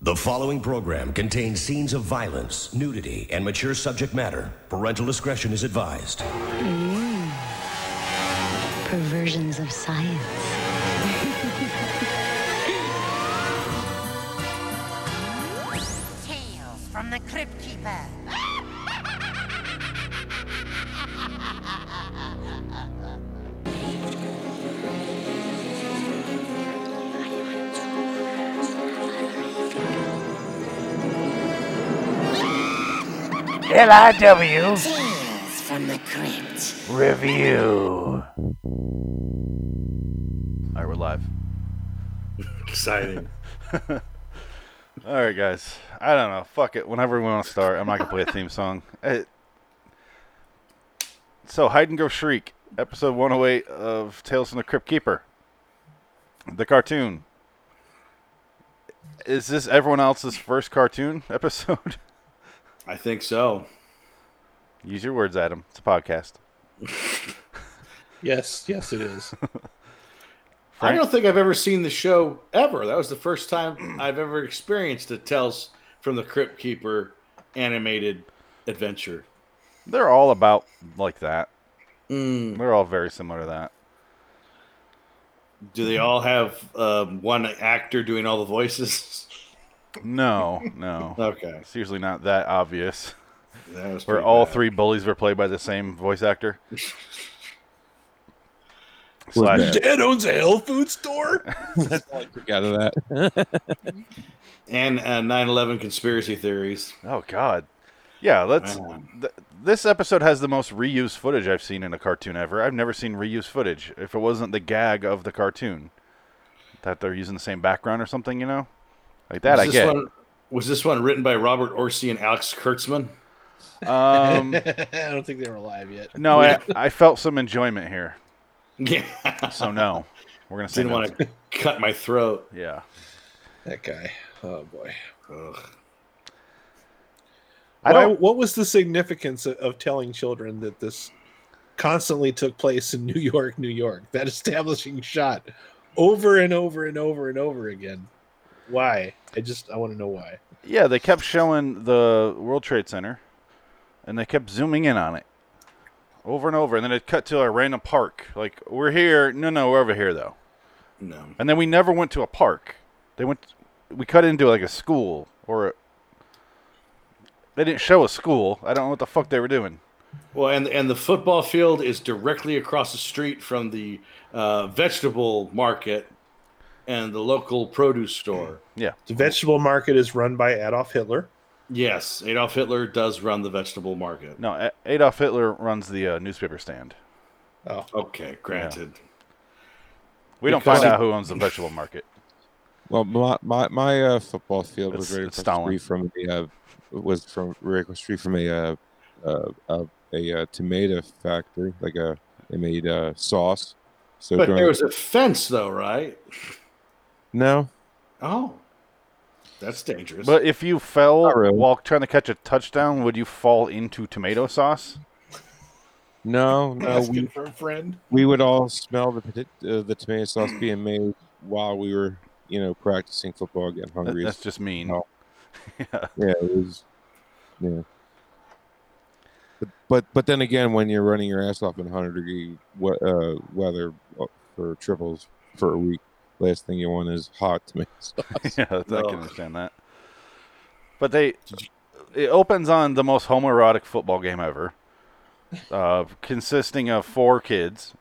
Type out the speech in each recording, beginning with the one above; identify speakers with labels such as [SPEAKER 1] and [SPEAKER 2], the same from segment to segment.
[SPEAKER 1] The following program contains scenes of violence, nudity, and mature subject matter. Parental discretion is advised.
[SPEAKER 2] Perversions of science.
[SPEAKER 3] Tales from the Crypt Keeper.
[SPEAKER 4] LIW
[SPEAKER 3] Tales from the Crypt.
[SPEAKER 4] review.
[SPEAKER 5] All right, we're live.
[SPEAKER 6] Exciting.
[SPEAKER 5] All right, guys. I don't know. Fuck it. Whenever we want to start, I'm not gonna play a theme song. Eh. so, Hide and Go Shriek, episode 108 of Tales from the Crypt Keeper, the cartoon. Is this everyone else's first cartoon episode?
[SPEAKER 6] I think so.
[SPEAKER 5] Use your words, Adam. It's a podcast.
[SPEAKER 7] Yes, yes, it is.
[SPEAKER 6] I don't think I've ever seen the show ever. That was the first time I've ever experienced a Tales from the Crypt Keeper animated adventure.
[SPEAKER 5] They're all about like that. They're all very similar to that.
[SPEAKER 6] Do they all have um, one actor doing all the voices?
[SPEAKER 5] No, no.
[SPEAKER 6] Okay,
[SPEAKER 5] It's usually not that obvious.
[SPEAKER 6] that was
[SPEAKER 5] Where
[SPEAKER 6] pretty
[SPEAKER 5] all
[SPEAKER 6] bad.
[SPEAKER 5] three bullies were played by the same voice actor. Slash,
[SPEAKER 7] Dad owns a health food store.
[SPEAKER 8] out of that.
[SPEAKER 6] and uh, 9/11 conspiracy theories.
[SPEAKER 5] oh god, yeah. Let's.
[SPEAKER 6] Man.
[SPEAKER 5] Th- this episode has the most reused footage I've seen in a cartoon ever. I've never seen reused footage. If it wasn't the gag of the cartoon, that they're using the same background or something, you know, like that. I
[SPEAKER 6] this
[SPEAKER 5] get.
[SPEAKER 6] One, was this one written by Robert Orsi and Alex Kurtzman?
[SPEAKER 5] Um,
[SPEAKER 7] I don't think they were alive yet.
[SPEAKER 5] no, I, I felt some enjoyment here,
[SPEAKER 6] Yeah,
[SPEAKER 5] so no, we're gonna say
[SPEAKER 6] didn't
[SPEAKER 5] no.
[SPEAKER 6] want to cut my throat.
[SPEAKER 5] Yeah.
[SPEAKER 7] That guy. Oh boy.
[SPEAKER 6] Ugh.
[SPEAKER 5] I
[SPEAKER 7] Why,
[SPEAKER 5] don't-
[SPEAKER 7] what was the significance of, of telling children that this constantly took place in New York, New York? That establishing shot over and over and over and over again. Why? I just I want to know why.
[SPEAKER 5] Yeah, they kept showing the World Trade Center, and they kept zooming in on it over and over, and then it cut to a random park. Like we're here, no, no, we're over here though.
[SPEAKER 6] No,
[SPEAKER 5] And then we never went to a park. They went. We cut into like a school or. A, they didn't show a school. I don't know what the fuck they were doing.
[SPEAKER 6] Well, and and the football field is directly across the street from the uh, vegetable market and the local produce store.
[SPEAKER 5] Yeah,
[SPEAKER 7] The vegetable market is run by Adolf Hitler.
[SPEAKER 6] Yes, Adolf Hitler does run the vegetable market.
[SPEAKER 5] no. A- Adolf Hitler runs the uh, newspaper stand.
[SPEAKER 7] Oh,
[SPEAKER 6] Okay, granted.
[SPEAKER 5] We don't
[SPEAKER 6] Because
[SPEAKER 5] find out
[SPEAKER 6] he-
[SPEAKER 5] who owns the vegetable market.
[SPEAKER 8] Well, my my, my uh, football field
[SPEAKER 5] It's-
[SPEAKER 8] was right
[SPEAKER 5] it's
[SPEAKER 8] across
[SPEAKER 5] Stalin.
[SPEAKER 8] the street from a uh, was from right across the street from a uh, uh, a, a, uh tomato factory. Like a they made uh, sauce. So
[SPEAKER 6] But
[SPEAKER 8] during-
[SPEAKER 6] there was a fence, though, right?
[SPEAKER 8] no,
[SPEAKER 6] Oh, that's dangerous.
[SPEAKER 5] But if you fell
[SPEAKER 8] Not really.
[SPEAKER 5] while trying to catch a touchdown, would you fall into tomato sauce?
[SPEAKER 8] no, no.
[SPEAKER 7] that's
[SPEAKER 8] uh, We,
[SPEAKER 7] good for a friend.
[SPEAKER 8] we would all smell the pota- uh, the tomato sauce being made while we were you know practicing football, getting
[SPEAKER 5] That-
[SPEAKER 8] hungry. as
[SPEAKER 5] That's just mean.
[SPEAKER 8] No. Yeah, it was. Yeah. But, but but then again, when you're running your ass off in 100 degree we- uh, weather for triples for a week, last thing you want is hot tomatoes.
[SPEAKER 5] yeah, I
[SPEAKER 6] No.
[SPEAKER 5] can understand that. But they, it opens on the most homoerotic football game ever, uh, consisting of four kids,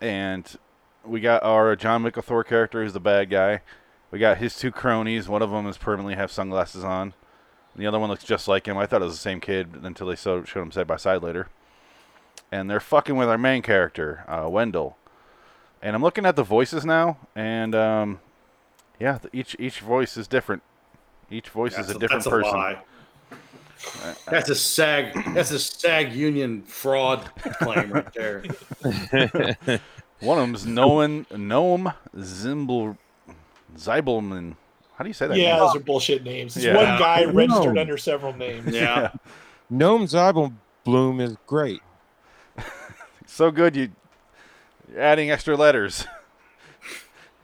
[SPEAKER 5] and we got our John McAthor character who's the bad guy. We got his two cronies. One of them is permanently have sunglasses on. And the other one looks just like him. I thought it was the same kid until they so, showed him side by side later. And they're fucking with our main character, uh, Wendell. And I'm looking at the voices now, and um, yeah, th- each each voice is different. Each voice
[SPEAKER 6] that's
[SPEAKER 5] is a different
[SPEAKER 6] that's
[SPEAKER 5] person.
[SPEAKER 6] lie. That's a SAG. That's a SAG union fraud claim right there.
[SPEAKER 5] One of them's Noam Noam Zimbel Zibelman. How do you say that? name?
[SPEAKER 7] Yeah, those are bullshit names. It's
[SPEAKER 5] Yeah.
[SPEAKER 7] one guy registered
[SPEAKER 8] No.
[SPEAKER 7] under several names.
[SPEAKER 6] Yeah,
[SPEAKER 8] Gnome Zybel Bloom is great.
[SPEAKER 5] so good you you're adding extra letters.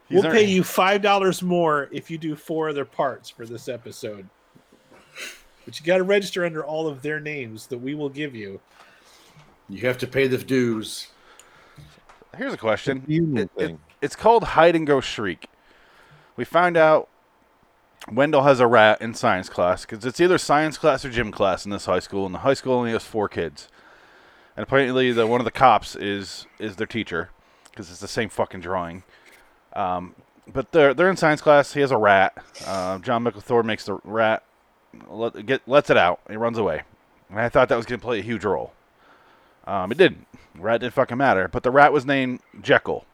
[SPEAKER 5] He's
[SPEAKER 7] we'll
[SPEAKER 5] earned-
[SPEAKER 7] pay you five dollars more if you do four other parts for this episode. But you got to register under all of their names that we will give you.
[SPEAKER 6] You have to pay the dues.
[SPEAKER 5] Here's a question.
[SPEAKER 8] union
[SPEAKER 5] It- it-
[SPEAKER 8] thing.
[SPEAKER 5] it's called hide and go shriek. We find out Wendell has a rat in science class because it's either science class or gym class in this high school, and the high school only has four kids. And apparently, the one of the cops is is their teacher because it's the same fucking drawing. Um, but they're they're in science class. He has a rat. Uh, John Micklethor makes the rat let, get lets it out. and It runs away, and I thought that was going to play a huge role. Um, it didn't. Rat didn't fucking matter. But the rat was named Jekyll.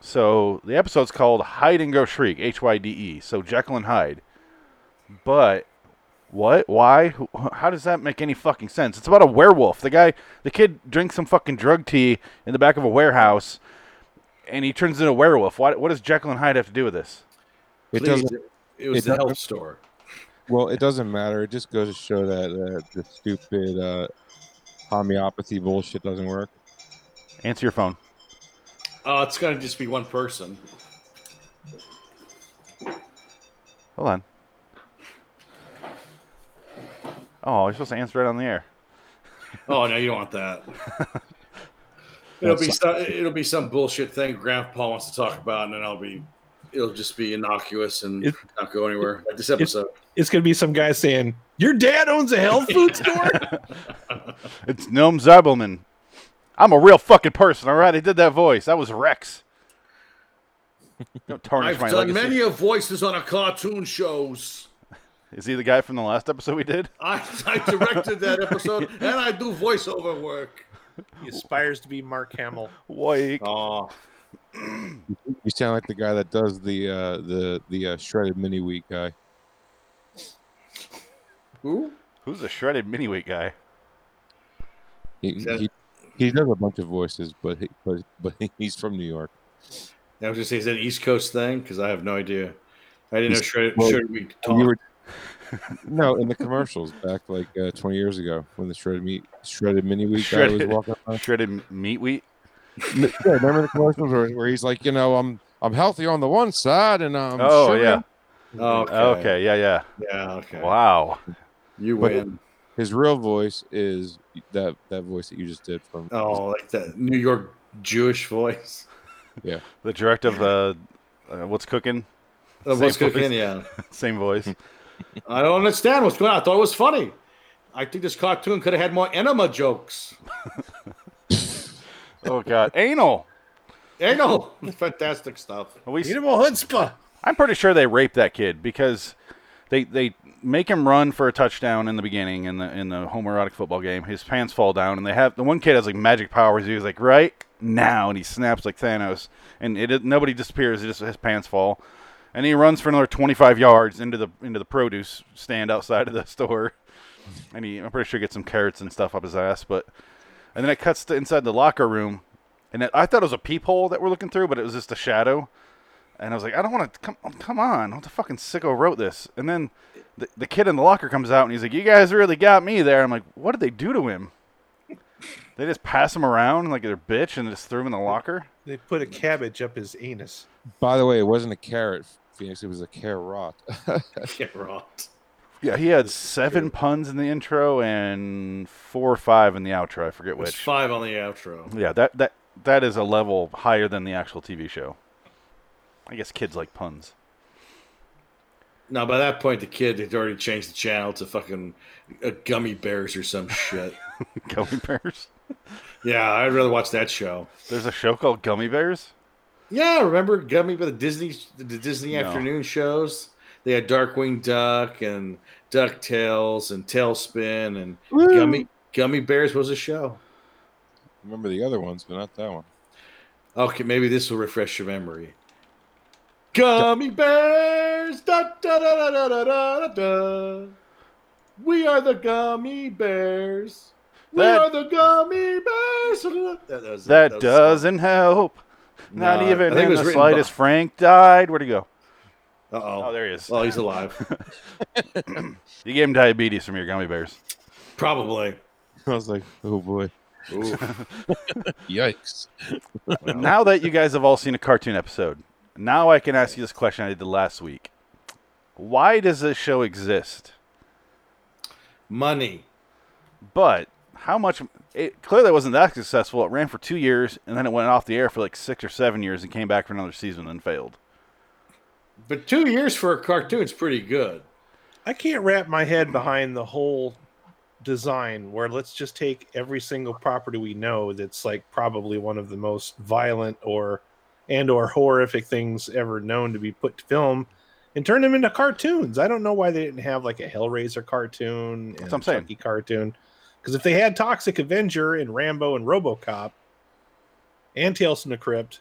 [SPEAKER 5] So the episode's called Hide and Go Shriek, H Y D E. So Jekyll and Hyde. But what? Why? Who- How does that make any fucking sense? It's about a werewolf. The guy, the kid drinks some fucking drug tea in the back of a warehouse and he turns into a werewolf. Why, what does Jekyll and Hyde have to do with this?
[SPEAKER 8] It
[SPEAKER 6] Please,
[SPEAKER 8] doesn't.
[SPEAKER 6] It was
[SPEAKER 8] it
[SPEAKER 6] the
[SPEAKER 8] doesn't-
[SPEAKER 6] health store.
[SPEAKER 8] Well, it doesn't matter. It just goes to show that uh, the stupid uh, homeopathy bullshit doesn't work.
[SPEAKER 5] Answer your phone.
[SPEAKER 6] Oh, it's going to just be one person.
[SPEAKER 5] Hold on. Oh, you're supposed to answer it on the air.
[SPEAKER 6] Oh no, you don't want that. it'll be some, it'll be some bullshit thing Grandpa wants to talk about, and then I'll be it'll just be innocuous and
[SPEAKER 7] It-
[SPEAKER 6] not go anywhere. Like this episode,
[SPEAKER 7] It's gonna be some guy saying, "Your dad owns a health food store."
[SPEAKER 5] It's Noam Zeibelman. I'm a real fucking person, all right? I did that voice. That was Rex. Don't tarnish
[SPEAKER 6] I've
[SPEAKER 5] my
[SPEAKER 6] done
[SPEAKER 5] legacy.
[SPEAKER 6] many of voices on a cartoon shows.
[SPEAKER 5] Is he the guy from the last episode we did?
[SPEAKER 6] I, I directed that episode, and I do voiceover work.
[SPEAKER 7] he aspires to be Mark Hamill.
[SPEAKER 5] Wait.
[SPEAKER 6] Oh,
[SPEAKER 8] You sound like the guy that does the uh, the the uh, shredded mini wheat guy.
[SPEAKER 6] who?
[SPEAKER 5] Who's the shredded mini-weight guy?
[SPEAKER 8] He,
[SPEAKER 6] that-
[SPEAKER 8] he, he does a bunch of voices, but he, but but he's from New York.
[SPEAKER 6] I was just say is that an East Coast thing because I have no idea. I didn't know. Should,
[SPEAKER 8] Well,
[SPEAKER 6] should we
[SPEAKER 8] Oh, You
[SPEAKER 6] talk?
[SPEAKER 8] were- no, in the commercials back like uh, 20 years ago when the shredded meat shredded mini wheat guy was
[SPEAKER 5] Shredded.
[SPEAKER 8] walking
[SPEAKER 6] Uh,
[SPEAKER 8] around.
[SPEAKER 5] Shredded m- meat wheat?
[SPEAKER 8] Yeah, remember the commercials where, where he's like, you know, I'm I'm healthy on the one side and I'm
[SPEAKER 5] oh,
[SPEAKER 8] sugary
[SPEAKER 5] yeah.
[SPEAKER 6] Oh, okay.
[SPEAKER 5] Okay, yeah, yeah.
[SPEAKER 6] Yeah. Okay.
[SPEAKER 5] Wow.
[SPEAKER 6] You
[SPEAKER 8] But-
[SPEAKER 6] win.
[SPEAKER 8] His real voice is that that voice that you just did from.
[SPEAKER 6] Oh, like that New York Jewish voice.
[SPEAKER 5] The director of the... Uh, what's cooking?
[SPEAKER 6] Of what's
[SPEAKER 5] Same
[SPEAKER 6] cooking?
[SPEAKER 5] voice.
[SPEAKER 6] Yeah.
[SPEAKER 5] Same voice.
[SPEAKER 6] I don't understand what's going on. I thought it was funny. I think this cartoon could have had more enema jokes.
[SPEAKER 5] oh, God. Anal.
[SPEAKER 6] I know. Eh, Fantastic stuff.
[SPEAKER 5] Are we s-
[SPEAKER 7] Animal Hutzpah.
[SPEAKER 5] I'm pretty sure they raped that kid because they they make him run for a touchdown in the beginning in the in the homoerotic football game. His pants fall down, and they have the one kid has like magic powers. He was like right now, and he snaps like Thanos, and it nobody disappears. It just his pants fall, and he runs for another 25 yards into the into the produce stand outside of the store, and he I'm pretty sure he gets some carrots and stuff up his ass, but and then it cuts to inside the locker room. And it, I thought it was a peephole that we're looking through, but it was just a shadow. And I was like, I don't want to come. Come on, what the fucking sicko wrote this? And then the, the kid in the locker comes out and he's like, "You guys really got me there." I'm like, what did they do to him? They just pass him around like they're bitch and just threw him in the locker.
[SPEAKER 7] They put a cabbage up his anus.
[SPEAKER 8] By the way, it wasn't a carrot, Phoenix. It was a carrot.
[SPEAKER 6] Get rot.
[SPEAKER 5] Yeah, he had seven puns in the intro and four or five in the outro. I forget
[SPEAKER 6] It's
[SPEAKER 5] which.
[SPEAKER 6] five on the outro.
[SPEAKER 5] Yeah, that that that is a level higher than the actual TV show. I guess kids like puns.
[SPEAKER 6] Now, by that point, the kid had already changed the channel to fucking uh, Gummy Bears or some shit.
[SPEAKER 5] Gummy bears.
[SPEAKER 6] yeah, I'd rather watch that show.
[SPEAKER 5] There's a show called Gummy Bears.
[SPEAKER 6] Yeah, remember Gummy by the Disney the Disney
[SPEAKER 5] No.
[SPEAKER 6] afternoon shows? They had Darkwing Duck and DuckTales and Tailspin and Gummy Gummy Bears was a show.
[SPEAKER 8] Remember the other ones, but not that one.
[SPEAKER 6] Okay, maybe this will refresh your memory. Gummy bears, da da da da da da da da. We are the gummy bears. We
[SPEAKER 5] That-
[SPEAKER 6] are the gummy bears. That, that was-
[SPEAKER 5] That
[SPEAKER 6] was-
[SPEAKER 5] doesn't help. Not
[SPEAKER 6] No, I
[SPEAKER 5] even
[SPEAKER 6] think it
[SPEAKER 5] in
[SPEAKER 6] was
[SPEAKER 5] the
[SPEAKER 6] written
[SPEAKER 5] slightest.
[SPEAKER 6] by-
[SPEAKER 5] Frank died. Where'd he go?
[SPEAKER 6] Uh-oh.
[SPEAKER 5] Oh, there he is.
[SPEAKER 6] Oh, he's alive.
[SPEAKER 5] You gave him diabetes from your gummy bears.
[SPEAKER 6] Probably.
[SPEAKER 8] I was like, oh boy,
[SPEAKER 6] Ooh.
[SPEAKER 8] yikes!
[SPEAKER 5] Now that you guys have all seen a cartoon episode, Now I can ask you this question I did last week. Why does this show exist?
[SPEAKER 6] Money.
[SPEAKER 5] But how much? It clearly wasn't that successful. It ran for two years and then it went off the air for like six or seven years and came back for another season and failed.
[SPEAKER 6] But two years for a cartoon's pretty good.
[SPEAKER 7] I can't wrap my head behind the whole design where let's just take every single property we know that's like probably one of the most violent or and or horrific things ever known to be put to film and turn them into cartoons. I don't know why they didn't have like a Hellraiser cartoon and
[SPEAKER 5] That's what I'm saying.
[SPEAKER 7] a Chucky cartoon. Because if they had Toxic Avenger and Rambo and RoboCop and Tales from the Crypt,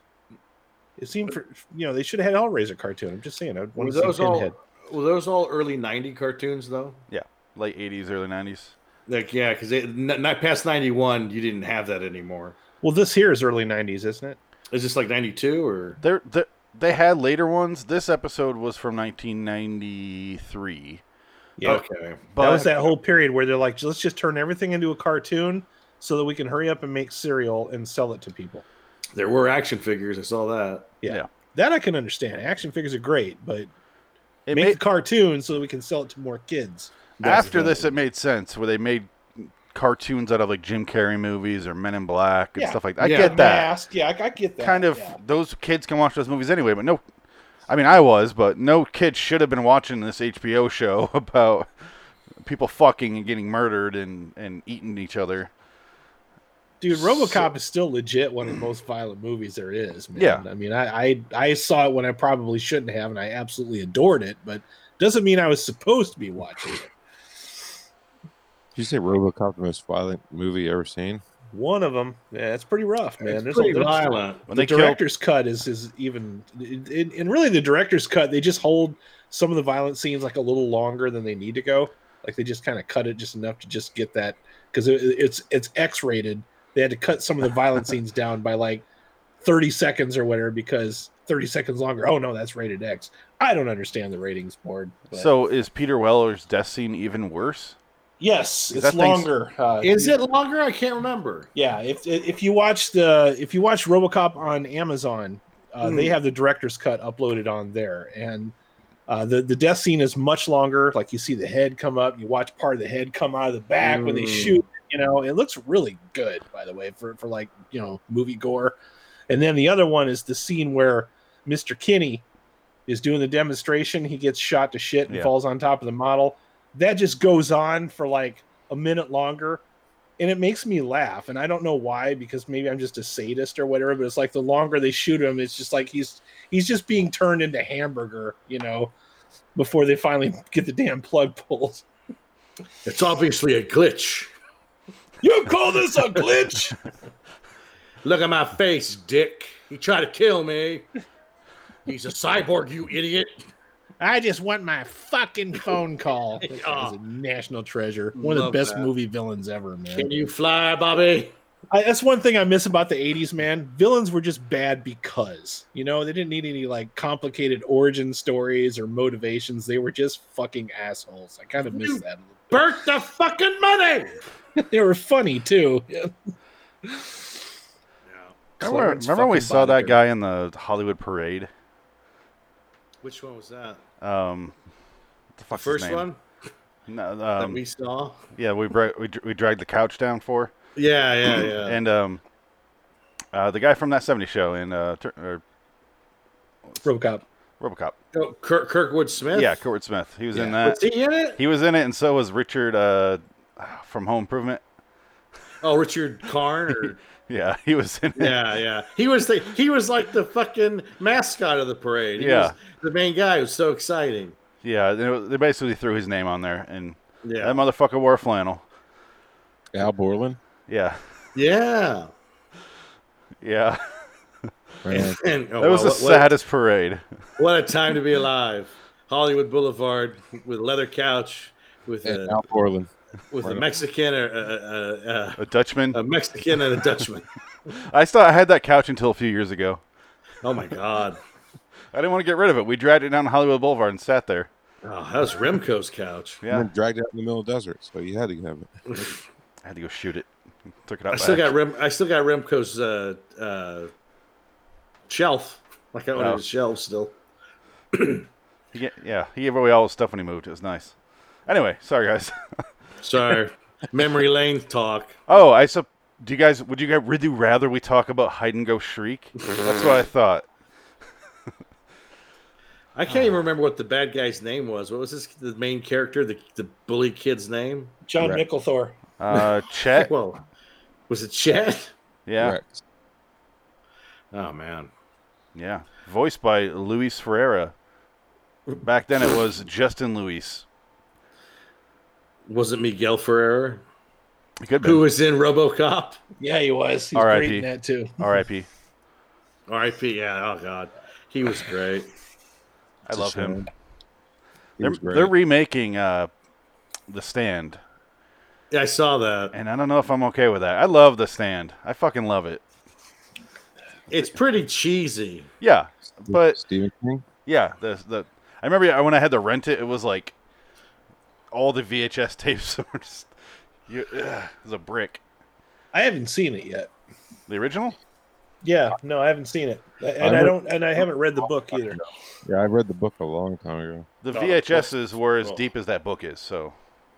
[SPEAKER 7] it seemed for you know they should have had a Hellraiser cartoon. I'm just saying I would
[SPEAKER 6] Were
[SPEAKER 7] want to
[SPEAKER 6] those
[SPEAKER 7] see
[SPEAKER 6] all
[SPEAKER 7] Pinhead.
[SPEAKER 6] were those all early '90 cartoons though?
[SPEAKER 5] Late 80s, early 90s.
[SPEAKER 6] Like yeah, because not past '91, you didn't have that anymore.
[SPEAKER 7] Well, this here is early '90s, isn't it?
[SPEAKER 6] Is this like '92 or?
[SPEAKER 5] They're, they they had later ones. This episode was from 1993.
[SPEAKER 7] Yeah.
[SPEAKER 6] Okay.
[SPEAKER 5] But
[SPEAKER 7] that was that whole period where they're like, let's just turn everything into a cartoon so that we can hurry up and make cereal and sell it to people.
[SPEAKER 6] There were action figures. I saw that.
[SPEAKER 7] Yeah.
[SPEAKER 5] Yeah.
[SPEAKER 7] That I can understand. Action figures are great, but
[SPEAKER 5] it
[SPEAKER 7] make
[SPEAKER 5] made-
[SPEAKER 7] the cartoon so that we can sell it to more kids.
[SPEAKER 5] after this, it made sense where they made cartoons out of like Jim Carrey movies or Men in Black and
[SPEAKER 7] Yeah.
[SPEAKER 5] stuff like that. I
[SPEAKER 6] Yeah.
[SPEAKER 5] get that.
[SPEAKER 7] Mask. Yeah, I, I get that.
[SPEAKER 5] kind of
[SPEAKER 7] yeah.
[SPEAKER 5] those kids can watch those movies anyway, but no, I mean I was, but no kid should have been watching this HBO show about people fucking and getting murdered and and eating each other.
[SPEAKER 7] Dude, RoboCop is still legit one of the most violent movies there is. Man.
[SPEAKER 5] Yeah.
[SPEAKER 7] I mean, I, I I saw it when I probably shouldn't have, and I absolutely adored it, but doesn't mean I was supposed to be watching it.
[SPEAKER 8] Did you say RoboCop the most violent movie ever seen?
[SPEAKER 7] One of them, yeah, it's pretty rough, man.
[SPEAKER 6] it's
[SPEAKER 7] There's a-
[SPEAKER 6] pretty
[SPEAKER 7] there's-
[SPEAKER 6] violent.
[SPEAKER 5] When
[SPEAKER 7] the
[SPEAKER 5] they killed-
[SPEAKER 7] director's cut is is even and and really the director's cut they just hold some of the violent scenes like a little longer than they need to go like they just kind of cut it just enough to just get that because it, it's it's x-rated they had to cut some of the violent scenes down by like 30 seconds or whatever because 30 seconds longer oh no that's rated x i don't understand the ratings board but-
[SPEAKER 5] So is Peter Weller's death scene even worse?
[SPEAKER 7] yes
[SPEAKER 5] that
[SPEAKER 7] it's
[SPEAKER 5] thing's-
[SPEAKER 7] longer uh,
[SPEAKER 6] Is it longer? I can't remember.
[SPEAKER 7] Yeah, if if you watch the if you watch RoboCop on Amazon, uh, they have the director's cut uploaded on there, and uh, the the death scene is much longer. Like you see the head come up, you watch part of the head come out of the back when they
[SPEAKER 6] Mm.
[SPEAKER 7] shoot. You know, it looks really good, by the way, for for like you know movie gore. And then the other one is the scene where Mr. Kinney is doing the demonstration. He gets shot to shit and
[SPEAKER 5] Yeah.
[SPEAKER 7] falls on top of the model. That just goes on for like a minute longer and it makes me laugh and i don't know why because maybe i'm just a sadist or whatever but it's like the longer they shoot him it's just like he's he's just being turned into hamburger you know before they finally get the damn plug pulled
[SPEAKER 6] It's obviously a glitch.
[SPEAKER 7] you call this a glitch
[SPEAKER 6] Look at my face, Dick. He tried to kill me. He's a cyborg, you idiot.
[SPEAKER 7] i just want my fucking phone call That guy is a national treasure one of
[SPEAKER 6] Love
[SPEAKER 7] the best
[SPEAKER 6] that.
[SPEAKER 7] movie villains ever man
[SPEAKER 6] Can you fly, Bobby?
[SPEAKER 7] I, that's one thing I miss about the 80s, man. Villains were just bad because, you know, they didn't need any like complicated origin stories or motivations. They were just fucking assholes. I kind of miss that.
[SPEAKER 6] Burnt the fucking money.
[SPEAKER 7] they were funny too. Yeah.
[SPEAKER 5] Remember,
[SPEAKER 7] Clarence
[SPEAKER 5] remember when we
[SPEAKER 7] fucking
[SPEAKER 5] saw that
[SPEAKER 7] Boddicker.
[SPEAKER 5] guy in the Hollywood parade?
[SPEAKER 6] Which one was that?
[SPEAKER 5] Um, what the fuck's his
[SPEAKER 6] First
[SPEAKER 5] name?
[SPEAKER 6] one
[SPEAKER 5] No,
[SPEAKER 6] that
[SPEAKER 5] um,
[SPEAKER 6] we saw.
[SPEAKER 5] yeah, we, bra- we dr- we dragged the couch down for.
[SPEAKER 6] Yeah, yeah, yeah.
[SPEAKER 5] and um, uh, the guy from that '70s show in uh, Tur- or
[SPEAKER 7] broke up.
[SPEAKER 5] RoboCop.
[SPEAKER 6] Oh, Kirk, Kirkwood Smith.
[SPEAKER 5] Yeah, Kurt Smith. He was in
[SPEAKER 6] Was
[SPEAKER 5] that.
[SPEAKER 6] he in it?
[SPEAKER 5] He was in it, and so was Richard uh, from Home Improvement.
[SPEAKER 6] Oh, Richard Karn. Or,
[SPEAKER 5] Yeah, he was in it.
[SPEAKER 6] yeah, yeah. He was the he was like the fucking mascot of the parade. He
[SPEAKER 5] Yeah.
[SPEAKER 6] was the main guy. It was so exciting.
[SPEAKER 5] Yeah, they, they basically threw his name on there, and
[SPEAKER 6] Yeah,
[SPEAKER 5] that motherfucker wore flannel.
[SPEAKER 8] Al Borland.
[SPEAKER 5] Yeah,
[SPEAKER 6] yeah.
[SPEAKER 5] yeah.
[SPEAKER 8] Right.
[SPEAKER 6] And oh,
[SPEAKER 5] That
[SPEAKER 6] wow,
[SPEAKER 5] was the
[SPEAKER 6] what- what-
[SPEAKER 5] saddest parade.
[SPEAKER 6] What a time to be alive. Hollywood Boulevard with leather couch with
[SPEAKER 8] And
[SPEAKER 6] a,
[SPEAKER 8] Al Borland.
[SPEAKER 6] with a Mexican uh, or a,
[SPEAKER 5] A Dutchman.
[SPEAKER 6] uh, a, a, a Mexican and a Dutchman.
[SPEAKER 5] I still I had that couch until a few years ago.
[SPEAKER 6] Oh my god.
[SPEAKER 5] I didn't want to get rid of it. We dragged it down Hollywood Boulevard and sat there.
[SPEAKER 6] Oh, that was Remco's couch.
[SPEAKER 5] Yeah,
[SPEAKER 8] And then dragged out in the middle of the desert, so you had to have it.
[SPEAKER 5] I had to go shoot it. Took it out.
[SPEAKER 6] I still
[SPEAKER 5] back.
[SPEAKER 6] got Rem I still got Remco's uh, uh, shelf. Like that one
[SPEAKER 5] Oh.
[SPEAKER 6] on the shelf still.
[SPEAKER 5] He ga- yeah, he gave away all his stuff when he moved. It was nice. Anyway, sorry guys.
[SPEAKER 6] Sorry. Memory lane talk.
[SPEAKER 5] Oh, I sup. Do you guys? Would you guys? Would you rather we talk about hide and go shriek? That's what I thought.
[SPEAKER 6] I can't even remember what the bad guy's name was. What was this the main character, the the bully kid's name?
[SPEAKER 7] John
[SPEAKER 8] Right.
[SPEAKER 7] Micklethor.
[SPEAKER 5] Uh, Chet.
[SPEAKER 6] Well, was it Chad?
[SPEAKER 5] Yeah,
[SPEAKER 8] Rex.
[SPEAKER 6] Oh man.
[SPEAKER 5] yeah. Voiced by Luis Ferreira. Back then, it was Justin Luis.
[SPEAKER 6] Was it Miguel Ferrer?
[SPEAKER 5] It could
[SPEAKER 6] Who
[SPEAKER 5] be.
[SPEAKER 6] was in RoboCop?
[SPEAKER 7] Yeah, he was. He's
[SPEAKER 5] R.I.P.
[SPEAKER 7] great in that too.
[SPEAKER 5] R.I.P.
[SPEAKER 6] R.I.P. Yeah. Oh god. He was great.
[SPEAKER 5] I love him.
[SPEAKER 8] He
[SPEAKER 5] They're,
[SPEAKER 8] was great.
[SPEAKER 5] they're remaking uh, The Stand,
[SPEAKER 6] Yeah, I saw that.
[SPEAKER 5] and I don't know if I'm okay with that. I love The Stand. I fucking love it.
[SPEAKER 6] It's pretty cheesy.
[SPEAKER 5] Yeah, but
[SPEAKER 8] Stephen King.
[SPEAKER 5] Yeah, the the I remember I- when I had to rent it, it was like all the VHS tapes were just you, ugh, it was a brick.
[SPEAKER 7] I haven't seen it yet.
[SPEAKER 5] The original?
[SPEAKER 7] Yeah, no, I haven't seen it, and
[SPEAKER 8] I
[SPEAKER 7] I,
[SPEAKER 8] would-
[SPEAKER 7] don't, and I haven't read the book either.
[SPEAKER 8] Yeah, I read the book a long time ago.
[SPEAKER 5] The
[SPEAKER 6] Oh,
[SPEAKER 5] VHSs were as
[SPEAKER 6] cool.
[SPEAKER 5] deep as that book is, so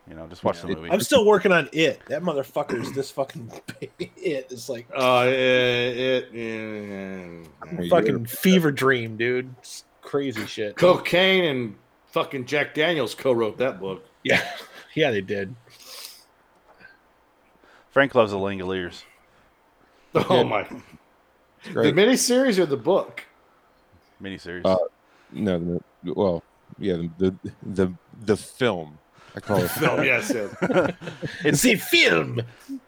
[SPEAKER 5] you know, just watch the
[SPEAKER 8] Yeah.
[SPEAKER 5] movie.
[SPEAKER 7] I'm still working on it. That motherfucker's this fucking it is like
[SPEAKER 6] Oh, it, it, yeah.
[SPEAKER 7] fucking fever dream, dude. It's crazy shit.
[SPEAKER 6] cocaine and fucking Jack Daniels co-wrote that book.
[SPEAKER 7] Yeah, yeah, they did.
[SPEAKER 5] Frank loves the Langoliers.
[SPEAKER 6] Oh my! The
[SPEAKER 8] Great.
[SPEAKER 6] miniseries or the book?
[SPEAKER 5] Miniseries.
[SPEAKER 8] Uh, No, the, well, yeah, the, the the the film. I call it
[SPEAKER 6] Oh yes, yeah.
[SPEAKER 7] It's the film.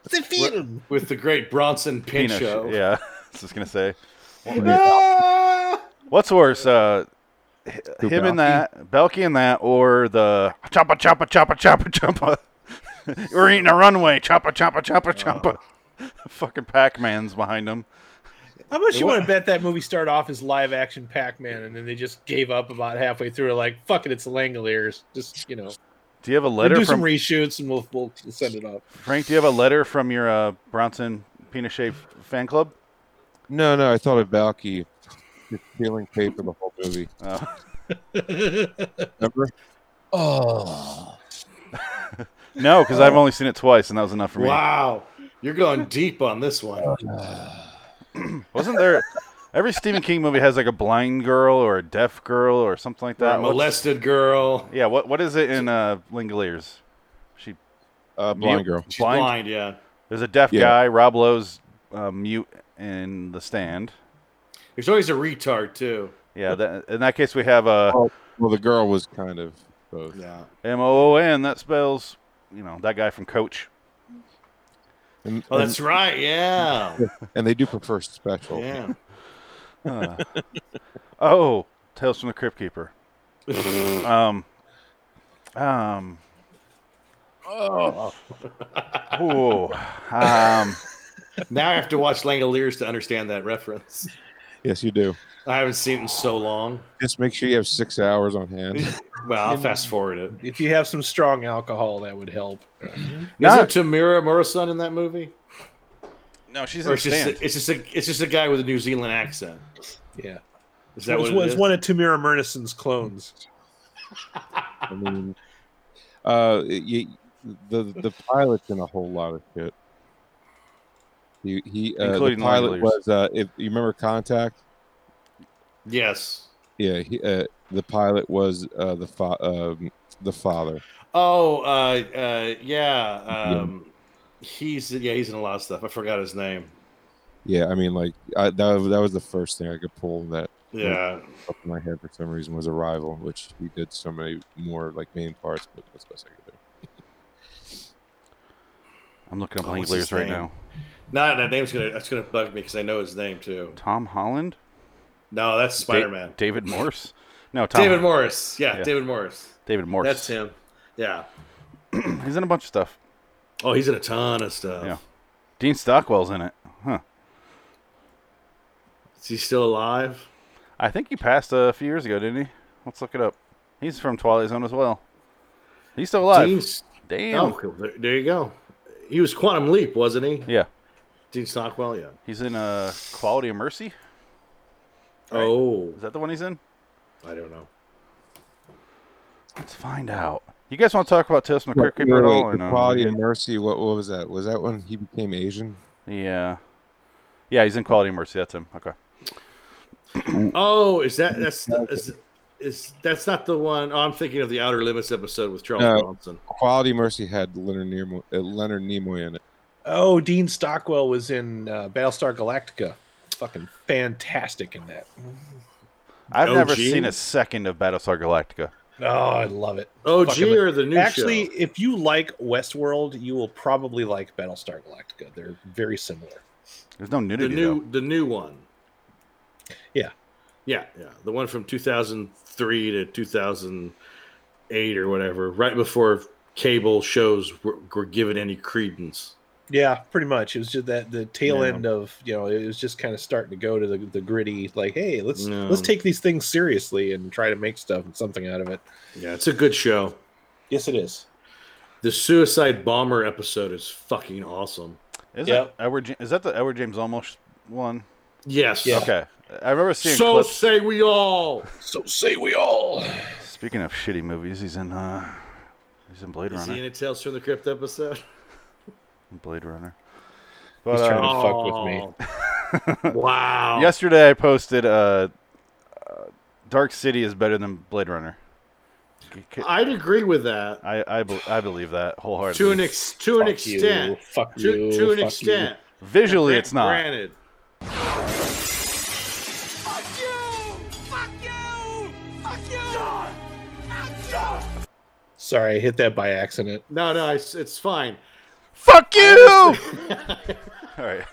[SPEAKER 7] The film.
[SPEAKER 6] with the great Bronson
[SPEAKER 5] Peanut.
[SPEAKER 6] Pinchot.
[SPEAKER 5] Yeah. I was just gonna say.
[SPEAKER 6] Ah!
[SPEAKER 5] What's worse, uh h-
[SPEAKER 8] Who,
[SPEAKER 5] him and
[SPEAKER 8] Balky?
[SPEAKER 5] that, Belky and that, or the choppa choppa choppa choppa choppa. We're eating a runway, choppa choppa choppa choppa. Fucking Pac-Man's behind him.
[SPEAKER 7] How much you want to bet that movie started off as live action Pac Man, and then they just gave up about halfway through? Like, fuck it, it's the Langoliers. Just you know,
[SPEAKER 5] Do you have a
[SPEAKER 7] we'll
[SPEAKER 5] letter
[SPEAKER 7] do some
[SPEAKER 5] from
[SPEAKER 7] reshoots, and we'll we'll send it off.
[SPEAKER 5] Frank? Do you have a letter from your uh, Bronson Pinochet f- fan club?
[SPEAKER 8] No, no, I thought of Valky just peeling paper the whole movie.
[SPEAKER 5] Oh.
[SPEAKER 8] Remember?
[SPEAKER 5] No, because I've only seen it twice, and that was enough for me.
[SPEAKER 6] Wow, you're going deep on this one.
[SPEAKER 5] Wasn't there? Every Stephen King movie has like a blind girl or a deaf girl or something like that.
[SPEAKER 6] That
[SPEAKER 5] What's-
[SPEAKER 6] molested girl.
[SPEAKER 5] Yeah. What What is it in uh, Langoliers? She
[SPEAKER 8] Uh, blind
[SPEAKER 5] mute-
[SPEAKER 8] girl.
[SPEAKER 6] She's blind.
[SPEAKER 5] Blind.
[SPEAKER 6] yeah.
[SPEAKER 5] There's a deaf
[SPEAKER 8] Yeah.
[SPEAKER 5] guy. Rob Lowe's uh, mute in the stand.
[SPEAKER 6] There's always a retard too.
[SPEAKER 5] Yeah. That, in that case, we have a
[SPEAKER 8] Oh. Well, the girl was kind of both.
[SPEAKER 6] Yeah.
[SPEAKER 5] M O O N. That spells, you know, that guy from Coach.
[SPEAKER 8] And,
[SPEAKER 6] Oh, that's right. Yeah.
[SPEAKER 8] and, and they do prefer special.
[SPEAKER 6] Yeah.
[SPEAKER 5] Oh, Tales from the Crypt Keeper. um, um, oh, um,
[SPEAKER 6] Now I have to watch Langoliers to understand that reference.
[SPEAKER 8] Yes, you do.
[SPEAKER 6] I haven't seen it in so long.
[SPEAKER 8] Just make sure you have six hours on hand.
[SPEAKER 6] Well, I'll fast forward it.
[SPEAKER 7] If you have some strong alcohol, that would help.
[SPEAKER 5] No.
[SPEAKER 6] Isn't Tamira Morrison in that movie?
[SPEAKER 5] no, she's in
[SPEAKER 6] Or
[SPEAKER 5] the
[SPEAKER 6] it's just
[SPEAKER 5] stand.
[SPEAKER 6] a, it's just a it's just a guy with a New Zealand accent.
[SPEAKER 7] Yeah,
[SPEAKER 6] Is
[SPEAKER 7] it
[SPEAKER 6] that
[SPEAKER 7] was,
[SPEAKER 6] what it
[SPEAKER 7] was
[SPEAKER 6] is?
[SPEAKER 7] one of Tamira Murnison's clones.
[SPEAKER 8] I mean, uh, you, the the pilot's in a whole lot of shit. He, he uh,
[SPEAKER 5] Including
[SPEAKER 8] the pilot
[SPEAKER 5] Langoliers.
[SPEAKER 8] was uh, if you remember Contact.
[SPEAKER 6] Yes.
[SPEAKER 8] Yeah, he, uh, the pilot was uh, the fa- um, the father.
[SPEAKER 6] Oh, uh, uh, yeah. Um, He's yeah, he's in a lot of stuff. I forgot his name.
[SPEAKER 8] Yeah, I mean, like I, that was- that was the first thing I could pull that
[SPEAKER 6] Yeah,
[SPEAKER 8] up in my head for some reason was Arrival, which he did so many more like main parts, but that's the best I could do.
[SPEAKER 5] I'm looking up
[SPEAKER 6] Oh, what's
[SPEAKER 5] Langoliers
[SPEAKER 6] his
[SPEAKER 5] right
[SPEAKER 6] name?
[SPEAKER 5] now.
[SPEAKER 6] no, that name's gonna that's gonna bug me because I know his name too.
[SPEAKER 5] Tom Holland,
[SPEAKER 6] No, that's
[SPEAKER 5] Da-
[SPEAKER 6] Spider Man.
[SPEAKER 5] David Morse. No, Tom
[SPEAKER 6] David Morris. Yeah,
[SPEAKER 5] Yeah.
[SPEAKER 6] David Morris.
[SPEAKER 5] David Morse.
[SPEAKER 6] That's him. Yeah.
[SPEAKER 5] He's in a bunch of stuff.
[SPEAKER 6] Oh, he's in a ton of stuff.
[SPEAKER 5] Yeah. Dean Stockwell's in it. Huh.
[SPEAKER 6] Is he still alive?
[SPEAKER 5] I think he passed a few years ago, didn't he? Let's look it up. He's from Twilight Zone as well. He's still alive.
[SPEAKER 6] Dean's-
[SPEAKER 5] Damn.
[SPEAKER 6] Oh, cool. there, there you go. He was Quantum Leap, wasn't he?
[SPEAKER 5] Yeah.
[SPEAKER 6] Dean Stockwell. Yeah.
[SPEAKER 5] He's in uh, Quality of Mercy.
[SPEAKER 6] Oh,
[SPEAKER 5] Is that the one he's in?
[SPEAKER 6] I don't know.
[SPEAKER 5] Let's find out. You guys want to talk about Tales from the Crypt Keeper at all or
[SPEAKER 8] Wait,
[SPEAKER 5] no?
[SPEAKER 8] Equality and Mercy. What, what was that? Was that when he became Asian?
[SPEAKER 5] Yeah. Yeah, he's in Quality and Mercy. That's him. Okay.
[SPEAKER 6] Oh, is that that's is, is that's not the one oh, I'm thinking of the Outer Limits episode with Charles
[SPEAKER 8] No.
[SPEAKER 6] Bronson.
[SPEAKER 8] Quality Mercy had Leonard Nimoy, uh, Leonard Nimoy in it.
[SPEAKER 7] Oh, Dean Stockwell was in uh, Battlestar Galactica. Fucking fantastic in that.
[SPEAKER 5] I've never
[SPEAKER 6] OG?
[SPEAKER 5] seen a second of Battlestar Galactica.
[SPEAKER 7] Oh, I love it.
[SPEAKER 6] Oh,
[SPEAKER 7] Fucking-
[SPEAKER 6] gee, or the new
[SPEAKER 7] Actually,
[SPEAKER 6] show.
[SPEAKER 7] if you like Westworld, you will probably like Battlestar Galactica. They're very similar.
[SPEAKER 5] There's no
[SPEAKER 6] the
[SPEAKER 5] nudity.
[SPEAKER 6] new
[SPEAKER 5] though.
[SPEAKER 6] the new one.
[SPEAKER 7] Yeah.
[SPEAKER 6] Yeah, yeah, the one from 2003 to 2008 or whatever, right before cable shows were, were given any credence.
[SPEAKER 7] Yeah, pretty much. It was just that the tail
[SPEAKER 6] Yeah.
[SPEAKER 7] end of you know it was just kind of starting to go to the, the gritty. Like, hey, let's
[SPEAKER 6] No.
[SPEAKER 7] let's take these things seriously and try to make stuff and something out of it.
[SPEAKER 6] Yeah, it's a good show.
[SPEAKER 7] Yes, it is.
[SPEAKER 6] The Suicide Bomber episode is fucking awesome.
[SPEAKER 5] Is,
[SPEAKER 7] Yeah.
[SPEAKER 5] it Edward, Ja- is that the Edward James Olmos one?
[SPEAKER 6] Yes.
[SPEAKER 7] Yeah.
[SPEAKER 5] Okay. I remember seeing
[SPEAKER 6] So
[SPEAKER 5] clips.
[SPEAKER 6] say we all.
[SPEAKER 7] So say we all.
[SPEAKER 5] Speaking of shitty movies, he's in uh, he's in Blade
[SPEAKER 6] Is he in
[SPEAKER 5] Runner.
[SPEAKER 6] a Tales from the Crypt episode?
[SPEAKER 5] Blade Runner.
[SPEAKER 7] He's
[SPEAKER 5] But,
[SPEAKER 7] trying
[SPEAKER 5] uh,
[SPEAKER 7] to fuck with me.
[SPEAKER 6] with me. wow.
[SPEAKER 5] yesterday I posted uh, uh, Dark City is better than Blade Runner.
[SPEAKER 6] I'd agree with that
[SPEAKER 5] I I, be- I believe that wholeheartedly.
[SPEAKER 6] Uh, to an ex- to an
[SPEAKER 7] Fuck
[SPEAKER 6] extent.
[SPEAKER 7] you, fuck
[SPEAKER 6] to,
[SPEAKER 7] you,
[SPEAKER 6] to an
[SPEAKER 7] fuck
[SPEAKER 6] extent.
[SPEAKER 5] Visually, it's not.
[SPEAKER 6] Granted.
[SPEAKER 7] Sorry, I hit that by accident.
[SPEAKER 6] No, no, it's, it's fine.
[SPEAKER 5] Fuck you! All right.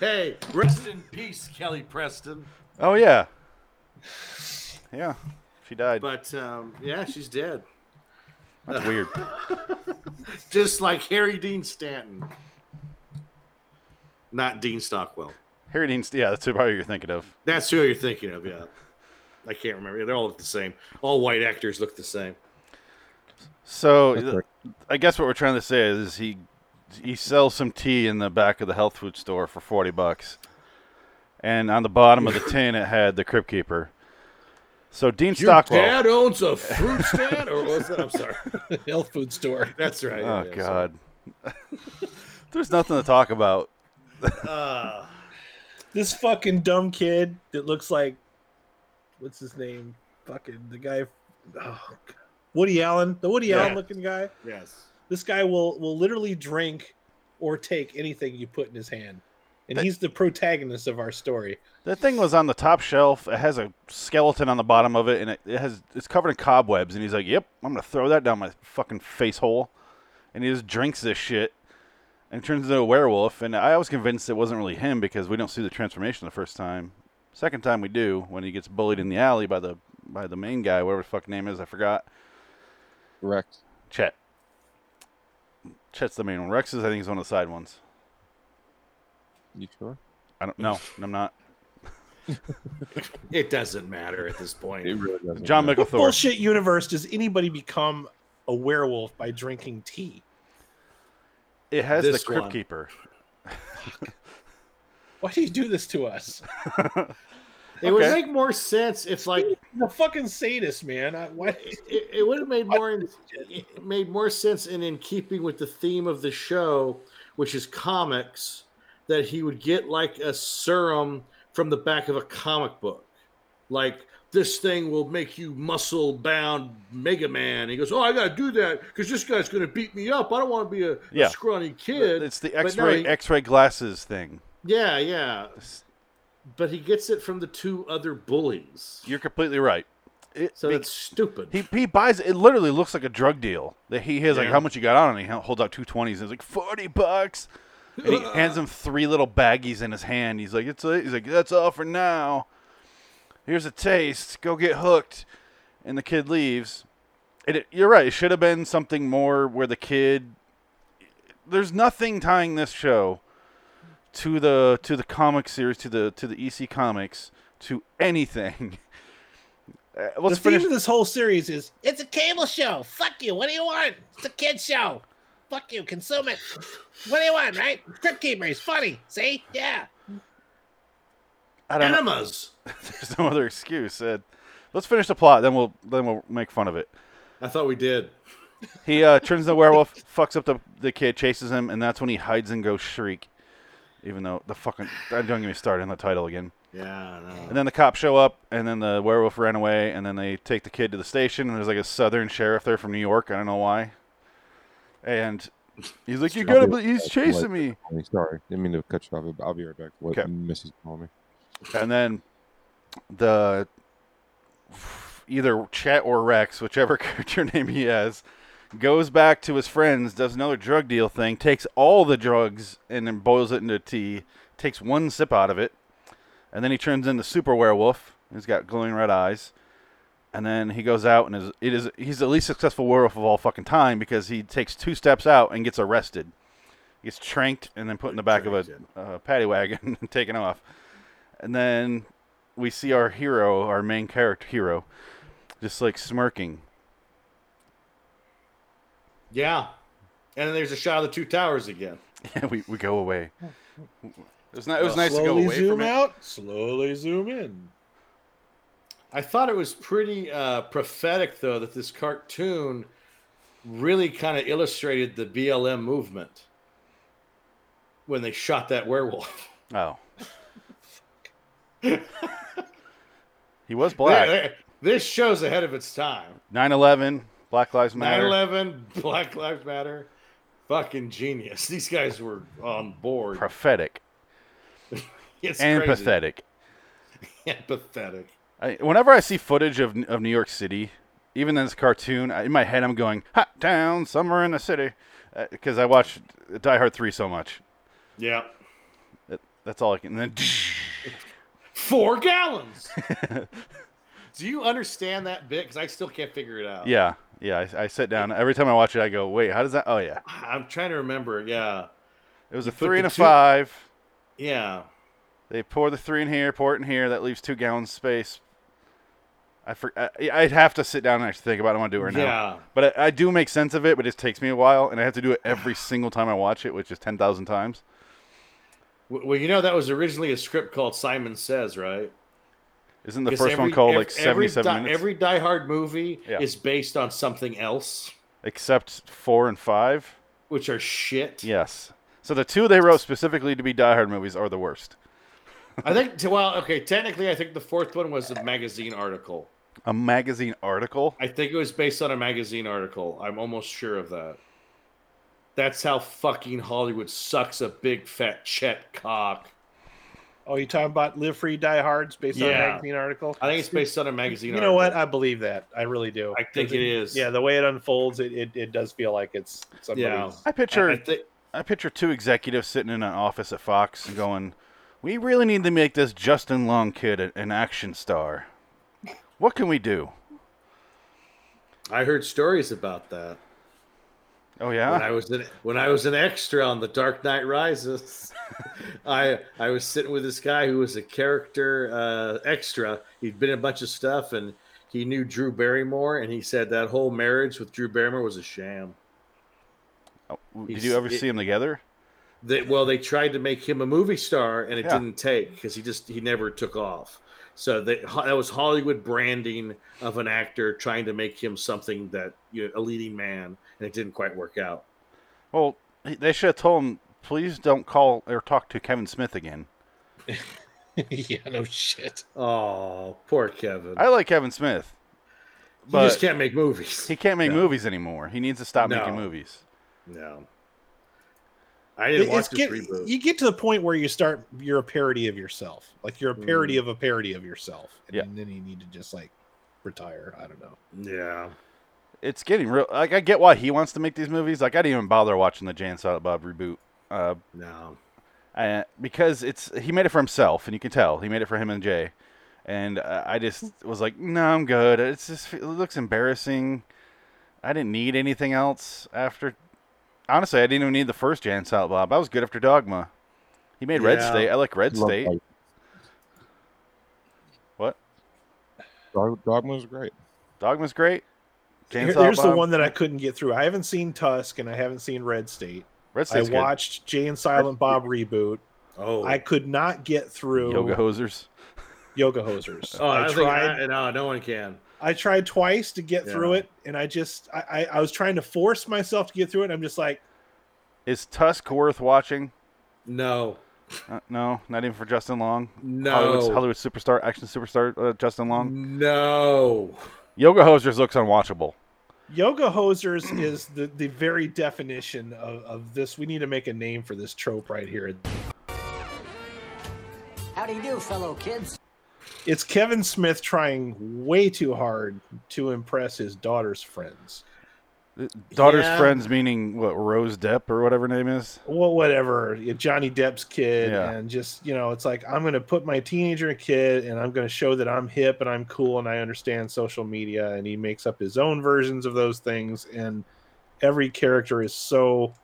[SPEAKER 6] Hey, rest in peace, Kelly Preston.
[SPEAKER 5] Oh yeah. Yeah. She died.
[SPEAKER 6] But um, yeah, she's dead.
[SPEAKER 5] That's weird.
[SPEAKER 6] Just like Harry Dean Stanton. Not Dean Stockwell.
[SPEAKER 5] Harry Dean. Yeah, that's who probably you're thinking of.
[SPEAKER 6] That's who you're thinking of, yeah. I can't remember. They all look the same. All white actors look the same.
[SPEAKER 5] So I guess what we're trying to say is, he he sells some tea in the back of the health food store for forty bucks, and on the bottom of the tin it had the Crypt Keeper. So Dean Stockwell.
[SPEAKER 6] owns a fruit stand, or was that? I'm sorry.
[SPEAKER 7] Health food store.
[SPEAKER 6] That's right.
[SPEAKER 5] Oh
[SPEAKER 6] yeah, sorry.
[SPEAKER 5] God. There's nothing to talk about.
[SPEAKER 6] Uh,
[SPEAKER 7] This fucking dumb kid that looks like what's his name? Fucking the guy. Oh, God. Woody Allen, the Woody
[SPEAKER 6] Yeah.
[SPEAKER 7] Allen looking guy.
[SPEAKER 6] yes.
[SPEAKER 7] This guy will will literally drink or take anything you put in his hand, and he's the protagonist of our story.
[SPEAKER 5] That thing was on the top shelf. It has a skeleton on the bottom of it, and it, it has it's covered in cobwebs. And he's like, "Yep, I'm gonna throw that down my fucking face hole," and he just drinks this shit and turns into a werewolf. And I was convinced it wasn't really him because we don't see the transformation the first time. Second time we do when he gets bullied in the alley by the by the main guy, whatever his fucking name is, I forgot.
[SPEAKER 8] Correct.
[SPEAKER 5] Chet. Chet's the main one. Rex is, I think, is one of the side ones.
[SPEAKER 8] You sure?
[SPEAKER 5] I don't know. I'm not.
[SPEAKER 6] It doesn't matter at this point.
[SPEAKER 8] really doesn't.
[SPEAKER 5] John
[SPEAKER 7] What
[SPEAKER 5] Micklethorpe.
[SPEAKER 7] bullshit universe does anybody become a werewolf by drinking tea?
[SPEAKER 5] It has
[SPEAKER 6] This
[SPEAKER 5] the Crypt
[SPEAKER 6] one.
[SPEAKER 5] Keeper.
[SPEAKER 7] Why do you do this to us?
[SPEAKER 6] It would
[SPEAKER 5] Okay.
[SPEAKER 6] make more sense if, like,
[SPEAKER 7] The fucking sadist, man. I, why?
[SPEAKER 6] it, it would have made more in, it made more sense and in keeping with the theme of the show, which is comics, that he would get like a serum from the back of a comic book, like this thing will make you muscle bound Mega Man. He goes, "Oh, I got to do that because this guy's going to beat me up. I don't want to be a, a
[SPEAKER 5] Yeah.
[SPEAKER 6] scrawny kid."
[SPEAKER 5] It's the
[SPEAKER 6] But no,
[SPEAKER 5] X-ray
[SPEAKER 6] he-
[SPEAKER 5] X-ray glasses thing.
[SPEAKER 6] yeah, yeah. But he gets it from the two other bullies,
[SPEAKER 5] You're completely right. It,
[SPEAKER 6] so
[SPEAKER 5] be-
[SPEAKER 6] that's stupid.
[SPEAKER 5] he he buys it. Literally looks like a drug deal. That he has like
[SPEAKER 6] Yeah.
[SPEAKER 5] how much you got on, and he holds out two twenties. and He's like forty bucks, and he hands him three little baggies in his hand. He's like, it's a, he's like that's all for now. Here's a taste. Go get hooked. And the kid leaves. And it, you're right. It should have been something more where the kid. There's nothing tying this show to the to the comic series to the to the EC comics to anything. Uh,
[SPEAKER 7] The
[SPEAKER 5] Let's
[SPEAKER 7] theme
[SPEAKER 5] finish.
[SPEAKER 7] of this whole series is it's a cable show. Fuck you. What do you want? It's a kid show. Fuck you. Consume it. What do you want, right? Crypt Keeper is funny. See? Yeah.
[SPEAKER 5] I don't know.
[SPEAKER 6] Enemas.
[SPEAKER 5] There's no other excuse. Uh, let's finish the plot, then we'll then we'll make fun of it.
[SPEAKER 6] I thought we did.
[SPEAKER 5] He uh, turns into a werewolf, fucks up the, the kid, chases him, and that's when he hides and goes shriek. Even though the fucking uh, don't get me started on the title again.
[SPEAKER 6] Yeah, I know.
[SPEAKER 5] And then the cops show up, and then the werewolf ran away, and then they take the kid to the station. And there's like a southern sheriff there from New York. I don't know why. And he's like, "You gotta! believe He's chasing me."
[SPEAKER 8] Sorry, didn't mean to cut you off. But I'll be right back. What
[SPEAKER 5] Okay.
[SPEAKER 8] Mrs. Call me.
[SPEAKER 5] And then the either Chet or Rex, whichever character name he has, goes back to his friends, does another drug deal thing, takes all the drugs and then boils it into tea, takes one sip out of it, and then he turns into super werewolf. He's got glowing red eyes. And then he goes out and is it is he's the least successful werewolf of all fucking time because he takes two steps out and gets arrested. He gets tranked and then put in the back of
[SPEAKER 6] Tranked.
[SPEAKER 5] a uh, paddy wagon and taken off. And then we see our hero, our main character hero, just like smirking.
[SPEAKER 6] Yeah. And then there's a shot of the two towers again.
[SPEAKER 5] Yeah, we, we go away. It was, ni- it was
[SPEAKER 7] Well,
[SPEAKER 5] nice to go
[SPEAKER 7] slowly
[SPEAKER 5] away
[SPEAKER 7] zoom
[SPEAKER 5] from it.
[SPEAKER 7] out, slowly zoom in.
[SPEAKER 6] I thought it was pretty uh, prophetic, though, that this cartoon really kind of illustrated the BLM movement when they shot that werewolf.
[SPEAKER 5] Oh. he was black.
[SPEAKER 6] Th- th- This show's ahead of its time.
[SPEAKER 5] 9 11, Black Lives
[SPEAKER 6] 9
[SPEAKER 5] Matter.
[SPEAKER 6] 11, Black Lives Matter. Fucking genius. These guys were on board.
[SPEAKER 5] Prophetic
[SPEAKER 6] It's
[SPEAKER 5] and
[SPEAKER 6] crazy.
[SPEAKER 5] pathetic.
[SPEAKER 6] And pathetic.
[SPEAKER 5] I, whenever I see footage of, of New York City, even in this cartoon, I, in my head I'm going, hot town, somewhere in the city. Because I watched Die Hard 3 so much.
[SPEAKER 6] Yeah.
[SPEAKER 5] That, that's all I can. And then
[SPEAKER 6] Four gallons. Do you understand that bit? Because I still can't figure it out.
[SPEAKER 5] Yeah, yeah. I, I sit down every time I watch it. I go, wait, how does that? Oh yeah,
[SPEAKER 6] I'm trying to remember. Yeah.
[SPEAKER 5] it was a
[SPEAKER 6] put
[SPEAKER 5] three and
[SPEAKER 6] the
[SPEAKER 5] a
[SPEAKER 6] two-
[SPEAKER 5] five.
[SPEAKER 6] Yeah.
[SPEAKER 5] They pour the three in here, pour it in here. That leaves two gallons space. I for, I, I'd have to sit down and actually think about. it. I'm gonna do it right now.
[SPEAKER 6] Yeah.
[SPEAKER 5] But I, I do make sense of it, but it takes me a while, and I have to do it every single time I watch it, which is ten thousand times.
[SPEAKER 6] W- Well, you know, that was originally a script called Simon Says, right?
[SPEAKER 5] Isn't the
[SPEAKER 6] 'Cause
[SPEAKER 5] first one
[SPEAKER 6] every-
[SPEAKER 5] called
[SPEAKER 6] ev-
[SPEAKER 5] like seventy seven
[SPEAKER 6] every, Di-
[SPEAKER 5] minutes?
[SPEAKER 6] Every Die Hard movie
[SPEAKER 5] Yeah.
[SPEAKER 6] is based on something else,
[SPEAKER 5] Except four and five.
[SPEAKER 6] which are shit.
[SPEAKER 5] Yes. So the two they wrote specifically to be Die Hard movies are the worst.
[SPEAKER 6] I think, t- well, okay, technically, I think the fourth one was a magazine article.
[SPEAKER 5] A magazine article.
[SPEAKER 6] I think it was based on a magazine article. I'm almost sure of that. That's how fucking Hollywood sucks a big fat Chet cock.
[SPEAKER 7] Oh, you talking about Live Free Die Hard's based on a
[SPEAKER 6] Yeah.
[SPEAKER 7] magazine article?
[SPEAKER 6] I think it's based on a magazine
[SPEAKER 7] You know what?
[SPEAKER 6] article.
[SPEAKER 7] I believe that. I really do.
[SPEAKER 6] I think it is.
[SPEAKER 7] Yeah, the way it unfolds, it, it, it does feel like it's somebody's.
[SPEAKER 6] Yeah.
[SPEAKER 5] I picture
[SPEAKER 6] I think,
[SPEAKER 5] I picture two executives sitting in an office at Fox and going, "We really need to make this Justin Long kid a- an action star. What can we do?"
[SPEAKER 6] I heard stories about that.
[SPEAKER 5] Oh
[SPEAKER 6] when I
[SPEAKER 5] yeah,
[SPEAKER 6] was an, when I was an extra on The Dark Knight Rises, I I was sitting with this guy who was a character uh, extra. He'd been in a bunch of stuff, and he knew Drew Barrymore, and he said that whole marriage with Drew Barrymore was a sham.
[SPEAKER 5] Oh, did you ever
[SPEAKER 6] it-
[SPEAKER 5] see them together?
[SPEAKER 6] That well, they tried to make him a movie star, and it
[SPEAKER 5] Yeah.
[SPEAKER 6] didn't take because he just he never took off. So that that was Hollywood branding of an actor trying to make him something that you know, a leading man, and it didn't quite work out.
[SPEAKER 5] Well, he- they should have told him, "Please don't call or talk to Kevin Smith again."
[SPEAKER 7] yeah, no shit.
[SPEAKER 6] Oh, poor Kevin.
[SPEAKER 5] I like Kevin Smith,
[SPEAKER 6] You
[SPEAKER 5] but
[SPEAKER 6] just can't make movies.
[SPEAKER 5] he can't make
[SPEAKER 6] No.
[SPEAKER 5] movies anymore. He needs to stop making
[SPEAKER 6] No.
[SPEAKER 5] movies.
[SPEAKER 6] No. I didn't watch
[SPEAKER 7] It's
[SPEAKER 6] this
[SPEAKER 7] get-
[SPEAKER 6] reboot.
[SPEAKER 7] you get to the point where you start, you're a parody of yourself. Like you're a
[SPEAKER 6] Mm.
[SPEAKER 7] parody of a parody of yourself. And
[SPEAKER 5] Yeah.
[SPEAKER 7] then you need to just like retire. I don't know.
[SPEAKER 6] yeah.
[SPEAKER 5] it's getting real. Like I get why he wants to make these movies. Like I didn't even bother watching the Jan Silent Bob reboot. Uh,
[SPEAKER 6] No.
[SPEAKER 5] uh, because it's he made it for himself, and you can tell he made it for him and Jay. And uh, I just was like, no, I'm good. It's just it looks embarrassing. I didn't need anything else after. Honestly, I didn't even need the first Jan Silent Bob. I was good after Dogma. He made Red
[SPEAKER 6] Yeah.
[SPEAKER 5] State. I like Red
[SPEAKER 8] Love
[SPEAKER 5] State.
[SPEAKER 8] Dog-
[SPEAKER 5] What?
[SPEAKER 8] Dog- Dogma's great.
[SPEAKER 5] Dogma's great. Jan
[SPEAKER 7] Here-
[SPEAKER 5] Silent
[SPEAKER 7] here's the
[SPEAKER 5] Bob.
[SPEAKER 7] one that I couldn't get through. I haven't seen Tusk and I haven't seen Red State.
[SPEAKER 5] Red
[SPEAKER 7] I
[SPEAKER 5] State's good.
[SPEAKER 7] watched Jay and Silent Bob reboot.
[SPEAKER 6] Oh.
[SPEAKER 7] I could not get through
[SPEAKER 5] Yoga hosers.
[SPEAKER 7] yoga hosers.
[SPEAKER 6] Oh, I,
[SPEAKER 7] I
[SPEAKER 6] don't
[SPEAKER 7] tried.
[SPEAKER 6] think I, no, no one can.
[SPEAKER 7] I tried twice to get
[SPEAKER 6] Yeah.
[SPEAKER 7] through it, and I just I, I I was trying to force myself to get through it. I'm just like,
[SPEAKER 5] Is Tusk worth watching?
[SPEAKER 6] No,
[SPEAKER 5] Uh, no, not even for Justin Long.
[SPEAKER 6] No.
[SPEAKER 5] Hollywood, Hollywood superstar, action superstar uh, Justin Long.
[SPEAKER 6] no.
[SPEAKER 5] Yoga Hosers looks unwatchable.
[SPEAKER 7] yoga hosers is the the very definition of, of this. We need to make a name for this trope right here.
[SPEAKER 9] How do you do, fellow kids?
[SPEAKER 7] It's Kevin Smith trying way too hard to impress his daughter's friends.
[SPEAKER 5] Daughter's
[SPEAKER 6] Yeah.
[SPEAKER 5] friends, meaning what Rose Depp or whatever her name is.
[SPEAKER 7] well, whatever yeah, Johnny Depp's kid,
[SPEAKER 5] Yeah.
[SPEAKER 7] and just you know, it's like I'm gonna put my teenager and kid, and I'm gonna show that I'm hip and I'm cool and I understand social media, and he makes up his own versions of those things, and every character is so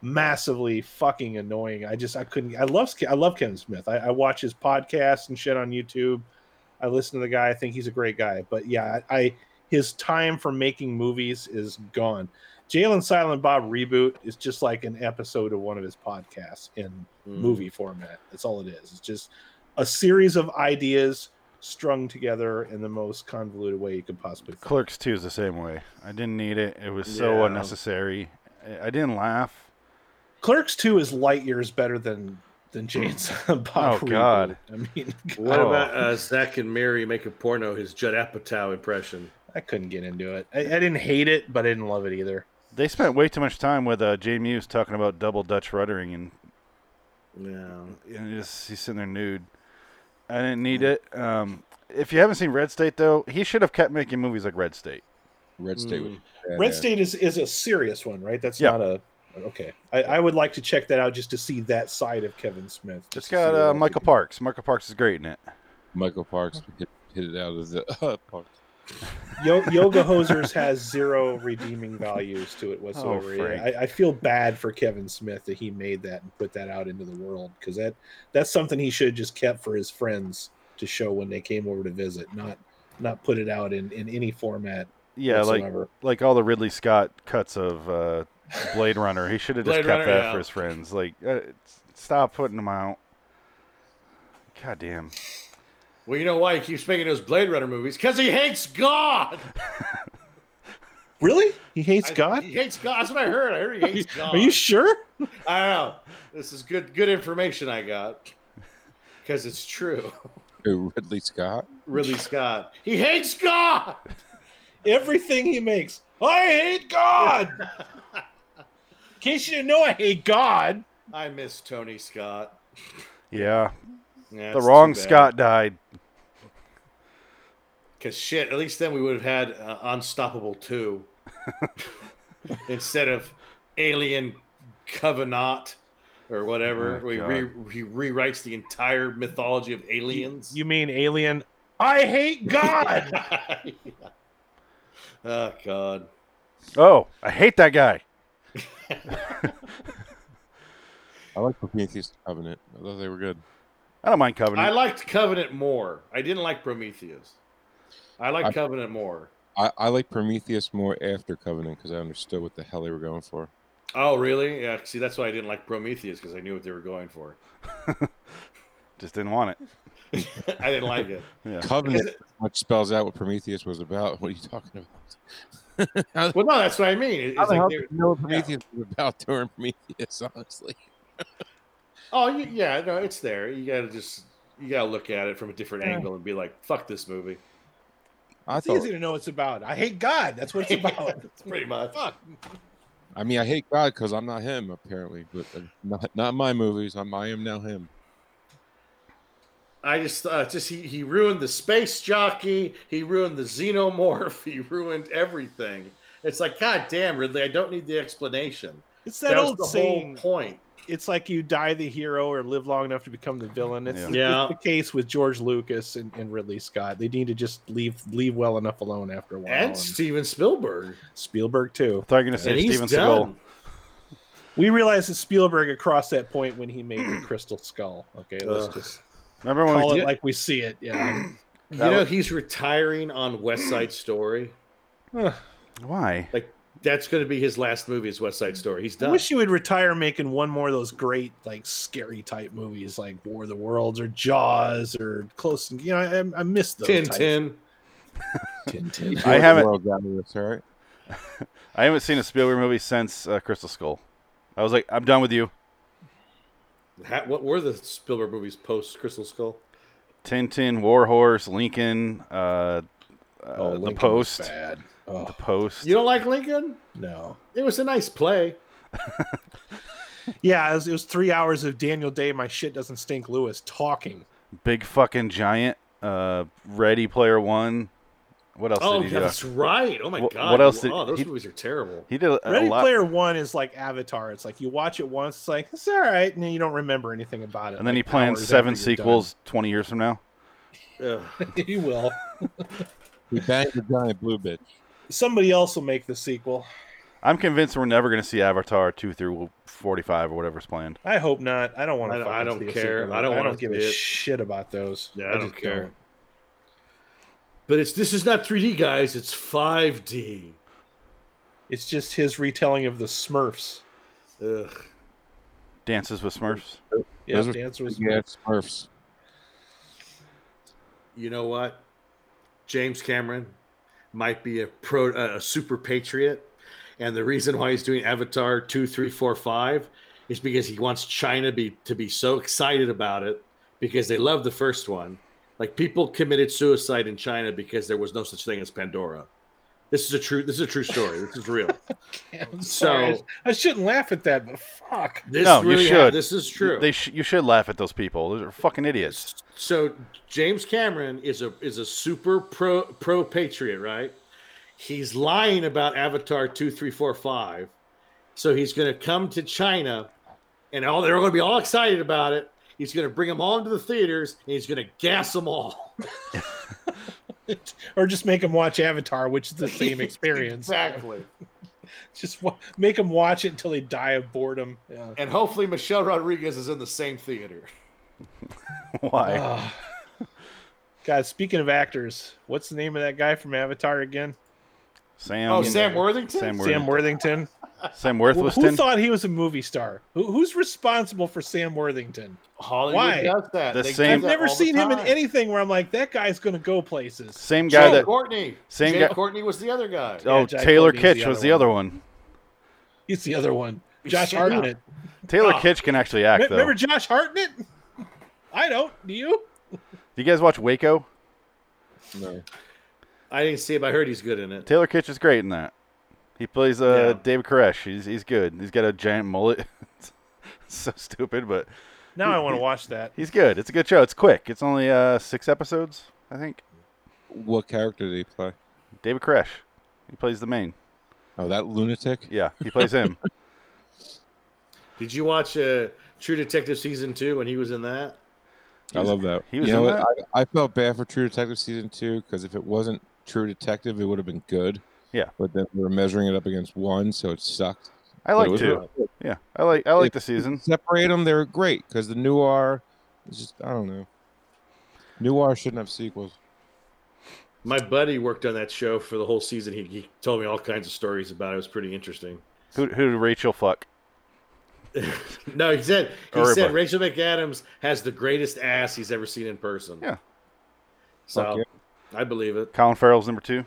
[SPEAKER 7] massively fucking annoying. I just I couldn't. I love Ke- I love Kevin Smith. I, I watch his podcasts and shit on YouTube. I listen to the guy. I think he's a great guy. But yeah, I, I his time for making movies is gone. Jalen Silent Bob reboot is just like an episode of one of his podcasts in
[SPEAKER 5] Hmm.
[SPEAKER 7] movie format. That's all it is. It's just a series of ideas strung together in the most convoluted way you could possibly. think.
[SPEAKER 5] Clerks 2 is the same way. I didn't need it. It was so
[SPEAKER 6] Yeah.
[SPEAKER 5] unnecessary. I- I didn't laugh.
[SPEAKER 7] Clerks Two is light years better than than Jalen Silent Bob.
[SPEAKER 5] Oh,
[SPEAKER 7] reboot.
[SPEAKER 5] God.
[SPEAKER 7] I mean,
[SPEAKER 6] What
[SPEAKER 5] Oh.
[SPEAKER 6] about uh, Zach and Mary make a porno? His Judd Apatow impression.
[SPEAKER 7] I couldn't get into it. I, I didn't hate it, but I didn't love it either.
[SPEAKER 5] They spent way too much time with uh, Jay Muse talking about double Dutch ruddering, and,
[SPEAKER 6] No,
[SPEAKER 5] and just, he's sitting there nude. I didn't need it. Um, if you haven't seen Red State, though, he should have kept making movies like Red State.
[SPEAKER 8] Red State. was
[SPEAKER 5] Hmm.
[SPEAKER 8] badass.
[SPEAKER 7] Red State is is a serious one, right? That's
[SPEAKER 5] Yeah.
[SPEAKER 7] not a okay. I, I would like to check that out just to see that side of Kevin Smith.
[SPEAKER 5] It's
[SPEAKER 7] just to
[SPEAKER 5] got
[SPEAKER 7] see what
[SPEAKER 5] uh,
[SPEAKER 7] else he
[SPEAKER 5] Michael
[SPEAKER 7] can-
[SPEAKER 5] Parks. Michael Parks is great in it.
[SPEAKER 8] Michael Parks hit, hit it out of the uh, park.
[SPEAKER 7] Yo- Yoga Hosers has zero redeeming values to it whatsoever.
[SPEAKER 5] Frank.
[SPEAKER 7] I, I feel bad for Kevin Smith that he made that and put that out into the world because that that's something he should have just kept for his friends to show when they came over to visit, not not put it out in in any format.
[SPEAKER 5] Yeah, like
[SPEAKER 7] whatsoever.
[SPEAKER 5] like all the Ridley Scott cuts of uh, Blade Runner. He should have just
[SPEAKER 6] Blade
[SPEAKER 5] kept
[SPEAKER 6] Runner,
[SPEAKER 5] that
[SPEAKER 6] yeah.
[SPEAKER 5] for his friends. Like, uh, s- stop putting them out. God damn.
[SPEAKER 6] Well, you know why he keeps making those Blade Runner movies? Because he hates God.
[SPEAKER 7] really, he hates God.
[SPEAKER 6] He hates God. That's what I heard. I heard he hates God.
[SPEAKER 7] Are you sure?
[SPEAKER 6] I don't know. This is good. Good information I got. Because it's true.
[SPEAKER 8] Who, Ridley Scott?
[SPEAKER 6] Ridley Scott. He hates God.
[SPEAKER 7] Everything he makes, I hate God. In case you didn't know, I hate God.
[SPEAKER 6] I miss Tony Scott.
[SPEAKER 5] Yeah,
[SPEAKER 6] Yeah,
[SPEAKER 5] the wrong Scott died.
[SPEAKER 6] Because shit, at least then we would have had uh, Unstoppable 2 instead of Alien Covenant or whatever.
[SPEAKER 5] Oh,
[SPEAKER 6] we
[SPEAKER 5] God.
[SPEAKER 6] re- he rewrites the entire mythology of aliens.
[SPEAKER 7] You mean alien? I hate God.
[SPEAKER 6] oh, God.
[SPEAKER 5] Oh, I hate that guy.
[SPEAKER 8] I like Prometheus Covenant. I thought they were good.
[SPEAKER 5] I don't mind
[SPEAKER 6] I
[SPEAKER 5] Covenant.
[SPEAKER 6] liked Covenant more. I didn't like Prometheus. I liked
[SPEAKER 8] I-
[SPEAKER 6] Covenant more.
[SPEAKER 8] I, I like Prometheus more after Covenant because I understood what the hell they were going for.
[SPEAKER 6] Oh, really? Yeah. See, that's why I didn't like Prometheus because I knew what they were going for.
[SPEAKER 5] Just didn't want it.
[SPEAKER 6] I didn't like it.
[SPEAKER 8] Covenant which spells out what Prometheus was about. What are you talking about? How the-
[SPEAKER 6] Well, no, that's what I mean. It- It's
[SPEAKER 8] how the
[SPEAKER 6] like
[SPEAKER 8] hell
[SPEAKER 6] they-
[SPEAKER 8] did you know what Prometheus was about during Prometheus? Honestly,
[SPEAKER 6] Oh you, yeah, no, it's there. You gotta just you gotta look at it from a different angle and be like, "Fuck this movie."
[SPEAKER 8] I
[SPEAKER 7] It's
[SPEAKER 8] thought.
[SPEAKER 7] easy to know what it's about. I hate God. That's what it's about.
[SPEAKER 6] It's pretty much.
[SPEAKER 8] I mean, I hate God because I'm not him apparently, but uh, not not my movies. I'm I am now him.
[SPEAKER 6] I just uh, just he, he ruined the space jockey. He ruined the xenomorph. He ruined everything. It's like, God damn, Ridley, I don't need the explanation.
[SPEAKER 7] It's that,
[SPEAKER 6] That, was
[SPEAKER 7] old
[SPEAKER 6] the
[SPEAKER 7] saying.
[SPEAKER 6] whole point.
[SPEAKER 7] It's like you die the hero or live long enough to become the villain. It's,
[SPEAKER 5] Yeah.
[SPEAKER 7] it's
[SPEAKER 6] Yeah.
[SPEAKER 7] the case with George Lucas and, and Ridley Scott. They need to just leave leave well enough alone after a while.
[SPEAKER 6] And
[SPEAKER 7] And
[SPEAKER 6] Steven Spielberg,
[SPEAKER 7] Spielberg too.
[SPEAKER 5] I thought you were gonna
[SPEAKER 6] and
[SPEAKER 5] say
[SPEAKER 6] he's
[SPEAKER 5] Steven Seagal.
[SPEAKER 6] done.
[SPEAKER 7] We realized that Spielberg had crossed that point when he made the Crystal Skull. Okay, let's
[SPEAKER 6] Ugh. Oh,
[SPEAKER 7] just
[SPEAKER 5] Remember when
[SPEAKER 7] call
[SPEAKER 5] we
[SPEAKER 7] it
[SPEAKER 5] did?
[SPEAKER 7] like we see it. Yeah.
[SPEAKER 6] You know, he's retiring on West Side Story.
[SPEAKER 5] Why?
[SPEAKER 6] Like That's going to be his last movie. Is West Side Story. He's
[SPEAKER 7] I
[SPEAKER 6] done.
[SPEAKER 7] wish you would retire making one more of those great, like scary type movies, like War of the Worlds or Jaws or Close. You know, I, I miss those.
[SPEAKER 6] Tin
[SPEAKER 7] types.
[SPEAKER 6] Tin.
[SPEAKER 7] Tintin.
[SPEAKER 5] I haven't-
[SPEAKER 8] Well, got me, that's all right.
[SPEAKER 5] I haven't seen a Spielberg movie since uh, Crystal Skull. I was like, I'm done with you.
[SPEAKER 6] Ha- What were the Spielberg movies post Crystal Skull?
[SPEAKER 5] Tintin, Warhorse, Lincoln, uh, uh, The
[SPEAKER 7] Oh, Lincoln was
[SPEAKER 5] Post,
[SPEAKER 7] Bad.
[SPEAKER 5] The
[SPEAKER 7] Oh
[SPEAKER 5] Post.
[SPEAKER 6] You don't like Lincoln?
[SPEAKER 7] no.
[SPEAKER 6] It was a nice play.
[SPEAKER 7] Yeah, it was, it was three hours of Daniel Day. My shit doesn't stink. Lewis talking.
[SPEAKER 5] Big fucking giant. Uh, Ready Player One. What else
[SPEAKER 6] Oh,
[SPEAKER 5] did he do?
[SPEAKER 6] that's right. Oh my
[SPEAKER 5] Wh-
[SPEAKER 6] god.
[SPEAKER 5] what else did-
[SPEAKER 6] oh, those
[SPEAKER 5] he-
[SPEAKER 6] movies are terrible.
[SPEAKER 5] He did a, a
[SPEAKER 7] Ready
[SPEAKER 5] lot.
[SPEAKER 7] Player One is like Avatar. It's like you watch it once, it's like it's all right, and then you don't remember anything about it.
[SPEAKER 5] and then
[SPEAKER 7] like,
[SPEAKER 5] he plans
[SPEAKER 7] hours
[SPEAKER 5] seven
[SPEAKER 7] after you're done.
[SPEAKER 5] sequels 20 years from now.
[SPEAKER 6] Ugh.
[SPEAKER 7] he will.
[SPEAKER 8] He banged the giant blue bitch.
[SPEAKER 7] Somebody else will make the sequel.
[SPEAKER 5] I'm convinced we're never going to see Avatar 2 through 45 or whatever's planned.
[SPEAKER 7] I hope not. I don't want
[SPEAKER 6] I
[SPEAKER 7] to.
[SPEAKER 6] don't- I don't care. I don't
[SPEAKER 7] I
[SPEAKER 6] wanna
[SPEAKER 7] don't give a
[SPEAKER 6] see it.
[SPEAKER 7] shit about those.
[SPEAKER 6] Yeah, I don't
[SPEAKER 7] just
[SPEAKER 6] care. But it's this is not 3D, guys. It's 5D.
[SPEAKER 7] It's just his retelling of the Smurfs.
[SPEAKER 6] Ugh.
[SPEAKER 5] Dances with Smurfs.
[SPEAKER 7] Yeah,
[SPEAKER 8] Those are-
[SPEAKER 7] the answer was
[SPEAKER 8] Yeah, it's Smurfs.
[SPEAKER 6] You know what? James Cameron might be a pro, a super patriot, and the reason why he's doing Avatar two, three, four, five is because he wants China be to be so excited about it because they love the first one. Like people committed suicide in China because there was no such thing as Pandora. This is a true. This is a true story. This is real.
[SPEAKER 7] I'm sorry.
[SPEAKER 6] so
[SPEAKER 7] I shouldn't laugh at that, but fuck.
[SPEAKER 6] this
[SPEAKER 5] No, you
[SPEAKER 6] really ha-
[SPEAKER 5] should.
[SPEAKER 6] this is true.
[SPEAKER 5] They sh- you should laugh at those people. Those are fucking idiots.
[SPEAKER 6] So James Cameron is a is a super pro pro patriot, right? He's lying about Avatar two, three, four, five. So he's going to come to China, and all they're going to be all excited about it. He's going to bring them all into the theaters, and he's going to gas them all.
[SPEAKER 7] Or just make him watch Avatar, which is the same experience.
[SPEAKER 6] exactly.
[SPEAKER 7] Just wa- make him watch it until they die of boredom. Yeah.
[SPEAKER 6] And hopefully Michelle Rodriguez is in the same theater.
[SPEAKER 5] Why?
[SPEAKER 7] God, speaking of actors, what's the name of that guy from Avatar again?
[SPEAKER 5] Sam.
[SPEAKER 6] Oh, Sam Worthington.
[SPEAKER 5] uh, Sam, Worth-
[SPEAKER 7] Sam Worthington.
[SPEAKER 5] Sam
[SPEAKER 7] Who
[SPEAKER 5] Worthington.
[SPEAKER 7] thought he was a movie star? Who, who's responsible for Sam Worthington?
[SPEAKER 6] Hollywood
[SPEAKER 7] Why?
[SPEAKER 6] does that.
[SPEAKER 5] The
[SPEAKER 6] They do
[SPEAKER 5] same-
[SPEAKER 7] I've
[SPEAKER 5] that
[SPEAKER 6] that
[SPEAKER 7] never
[SPEAKER 6] all the
[SPEAKER 7] seen him in
[SPEAKER 6] time.
[SPEAKER 7] anything where I'm like, that guy's going to go places.
[SPEAKER 5] Same guy
[SPEAKER 6] Joe
[SPEAKER 5] that.
[SPEAKER 6] Courtney.
[SPEAKER 5] same
[SPEAKER 6] Jay
[SPEAKER 5] guy-
[SPEAKER 6] Courtney was the other guy.
[SPEAKER 5] Oh,
[SPEAKER 7] Jack
[SPEAKER 5] Taylor
[SPEAKER 7] Courtney's
[SPEAKER 5] Kitsch
[SPEAKER 7] the
[SPEAKER 5] was
[SPEAKER 7] other
[SPEAKER 5] the
[SPEAKER 7] one.
[SPEAKER 5] other one.
[SPEAKER 7] He's the other one. Josh
[SPEAKER 6] Shut
[SPEAKER 7] Hartnett.
[SPEAKER 5] Taylor
[SPEAKER 6] Ah.
[SPEAKER 5] Kitsch can actually
[SPEAKER 7] Me-
[SPEAKER 5] act though.
[SPEAKER 7] Remember Josh Hartnett? I don't. Do you?
[SPEAKER 5] Do you guys watch Waco?
[SPEAKER 8] No.
[SPEAKER 6] I didn't see him. I heard he's good in it.
[SPEAKER 5] Taylor Kitsch is great in that. He plays uh,
[SPEAKER 6] Yeah.
[SPEAKER 5] David Koresh. He's he's good. He's got a giant mullet. It's so stupid, but
[SPEAKER 7] Now I want to watch that.
[SPEAKER 5] he's good. It's a good show. It's quick. It's only uh, six episodes, I think.
[SPEAKER 8] What character did he play?
[SPEAKER 5] David Koresh. He plays the main.
[SPEAKER 8] Oh, that lunatic.
[SPEAKER 5] Yeah, he plays him.
[SPEAKER 6] Did you watch uh, True Detective season two when he was in that?
[SPEAKER 8] I love that.
[SPEAKER 5] he was
[SPEAKER 8] you know
[SPEAKER 5] in
[SPEAKER 8] what? I, I felt bad for True Detective season two because if it wasn't True Detective, it would have been good.
[SPEAKER 5] Yeah.
[SPEAKER 8] But then we were measuring it up against one, so it sucked.
[SPEAKER 5] I
[SPEAKER 8] But it
[SPEAKER 5] like
[SPEAKER 8] was
[SPEAKER 5] two.
[SPEAKER 8] really
[SPEAKER 5] Yeah, I like I like
[SPEAKER 8] If-
[SPEAKER 5] the season.
[SPEAKER 8] Separate them; they were great because the noir. It's just I don't know. Noir shouldn't have sequels.
[SPEAKER 6] My buddy worked on that show for the whole season. He, he told me all kinds of stories about it. It was pretty interesting.
[SPEAKER 5] Who who did Rachel fuck?
[SPEAKER 6] No, he said he
[SPEAKER 5] Or
[SPEAKER 6] said
[SPEAKER 5] about-
[SPEAKER 6] Rachel McAdams has the greatest ass he's ever seen in person.
[SPEAKER 5] Yeah.
[SPEAKER 6] So
[SPEAKER 8] Fuck
[SPEAKER 6] I believe it.
[SPEAKER 5] Colin Farrell's number two.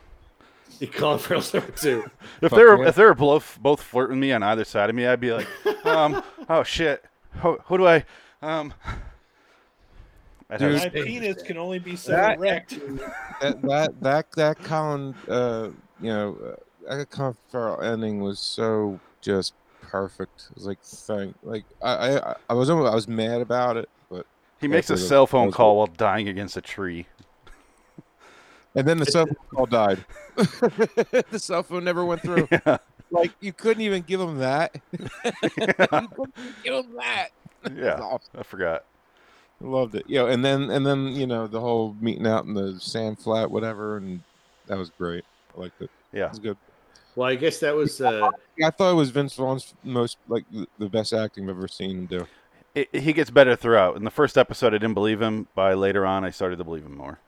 [SPEAKER 6] He called for us number two.
[SPEAKER 5] If
[SPEAKER 8] Fuck
[SPEAKER 5] they were
[SPEAKER 8] yeah.
[SPEAKER 5] if they were both both flirting me on either side of me, I'd be like, um, oh shit, who, who do I, um, I'd have-
[SPEAKER 7] My penis can only be so erect.
[SPEAKER 8] That that that that Colin, uh, you know, uh, that Colin Farrell ending was so just perfect. It was like thank, like I I, I was almost, I was mad about it, but
[SPEAKER 5] he makes a
[SPEAKER 8] That's what it-
[SPEAKER 5] cell phone
[SPEAKER 8] that's
[SPEAKER 5] call while dying against a tree.
[SPEAKER 8] And then the cell phone call died. the cell phone never went through. Like you couldn't even give him that. you couldn't even give him that. It's
[SPEAKER 5] Yeah,
[SPEAKER 8] awesome.
[SPEAKER 5] I forgot.
[SPEAKER 8] Loved it. Yo, and then and then you know the whole meeting out in the sand flat, whatever, and that was great. I liked it. It
[SPEAKER 5] Yeah,
[SPEAKER 8] was good.
[SPEAKER 6] Well, I guess that was uh,
[SPEAKER 8] I thought it was Vince Vaughn's most like the- the best acting I've ever seen him do.
[SPEAKER 5] It- it- he gets better throughout. In the first episode, I didn't believe him. By later on, I started to believe him more.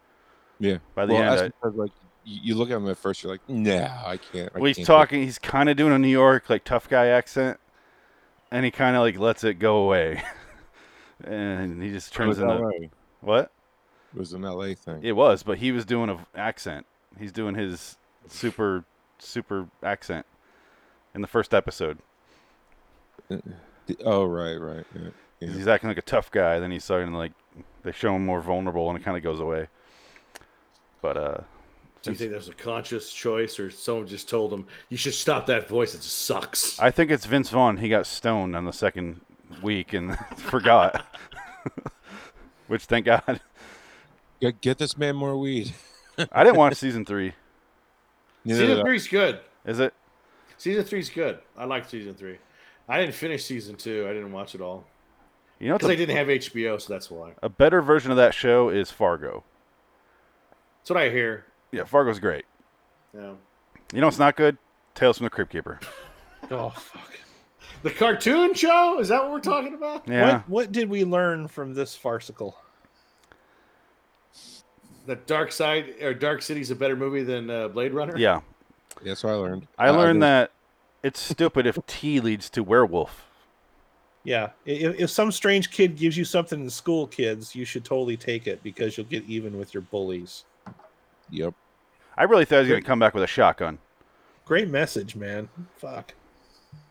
[SPEAKER 8] Yeah.
[SPEAKER 5] By the
[SPEAKER 8] well,
[SPEAKER 5] end,
[SPEAKER 8] that's
[SPEAKER 5] I-
[SPEAKER 8] because, like you look at him at first, you're like, nah, I can't. I
[SPEAKER 5] Well, he's
[SPEAKER 8] can't do
[SPEAKER 5] talking. He's kind of doing a New York like tough guy accent, and he kind of like lets it go away, and he just
[SPEAKER 8] it." It
[SPEAKER 5] turns
[SPEAKER 8] was,
[SPEAKER 5] into
[SPEAKER 8] LA. It
[SPEAKER 5] what
[SPEAKER 8] was an LA thing.
[SPEAKER 5] it was. But he was doing an accent. He's doing his super super accent in the first episode.
[SPEAKER 8] Oh, right, right. Yeah. Yeah.
[SPEAKER 5] He's acting like a tough guy. Then he's starting to like they show him more vulnerable, and it kind of goes away. But uh,
[SPEAKER 6] Do you think that was a conscious choice, or someone just told him you should stop that voice? It sucks.
[SPEAKER 5] I think it's Vince Vaughn. He got stoned on the second week and forgot. Which thank God.
[SPEAKER 8] Get, get this man more weed.
[SPEAKER 5] I didn't watch season three.
[SPEAKER 8] Neither did
[SPEAKER 6] Season
[SPEAKER 8] I.
[SPEAKER 6] three's good.
[SPEAKER 5] Is it?
[SPEAKER 6] Season three's good. I like season three. I didn't finish season two. I didn't watch it all
[SPEAKER 5] You know, it's
[SPEAKER 6] because I
[SPEAKER 5] a,
[SPEAKER 6] didn't have HBO, so that's why.
[SPEAKER 5] a better version of that show is Fargo.
[SPEAKER 6] That's what I hear.
[SPEAKER 5] Yeah, Fargo's great.
[SPEAKER 6] Yeah.
[SPEAKER 5] You know, it's not good. Tales from the Crypt Keeper.
[SPEAKER 7] Oh fuck.
[SPEAKER 6] The cartoon show is that what we're talking about?
[SPEAKER 5] Yeah,
[SPEAKER 7] What what did we learn from this farcical?
[SPEAKER 6] That Dark Side or Dark City's a better movie than uh, Blade Runner.
[SPEAKER 5] yeah.
[SPEAKER 8] That's what I learned.
[SPEAKER 5] I learned
[SPEAKER 8] didn't-
[SPEAKER 5] that it's stupid if T leads to werewolf.
[SPEAKER 7] Yeah, i- if, if some strange kid gives you something in school, kids, you should totally take it because you'll get even with your bullies.
[SPEAKER 8] Yep.
[SPEAKER 5] I really thought he was going to come back with a shotgun.
[SPEAKER 7] Great message, man. Fuck.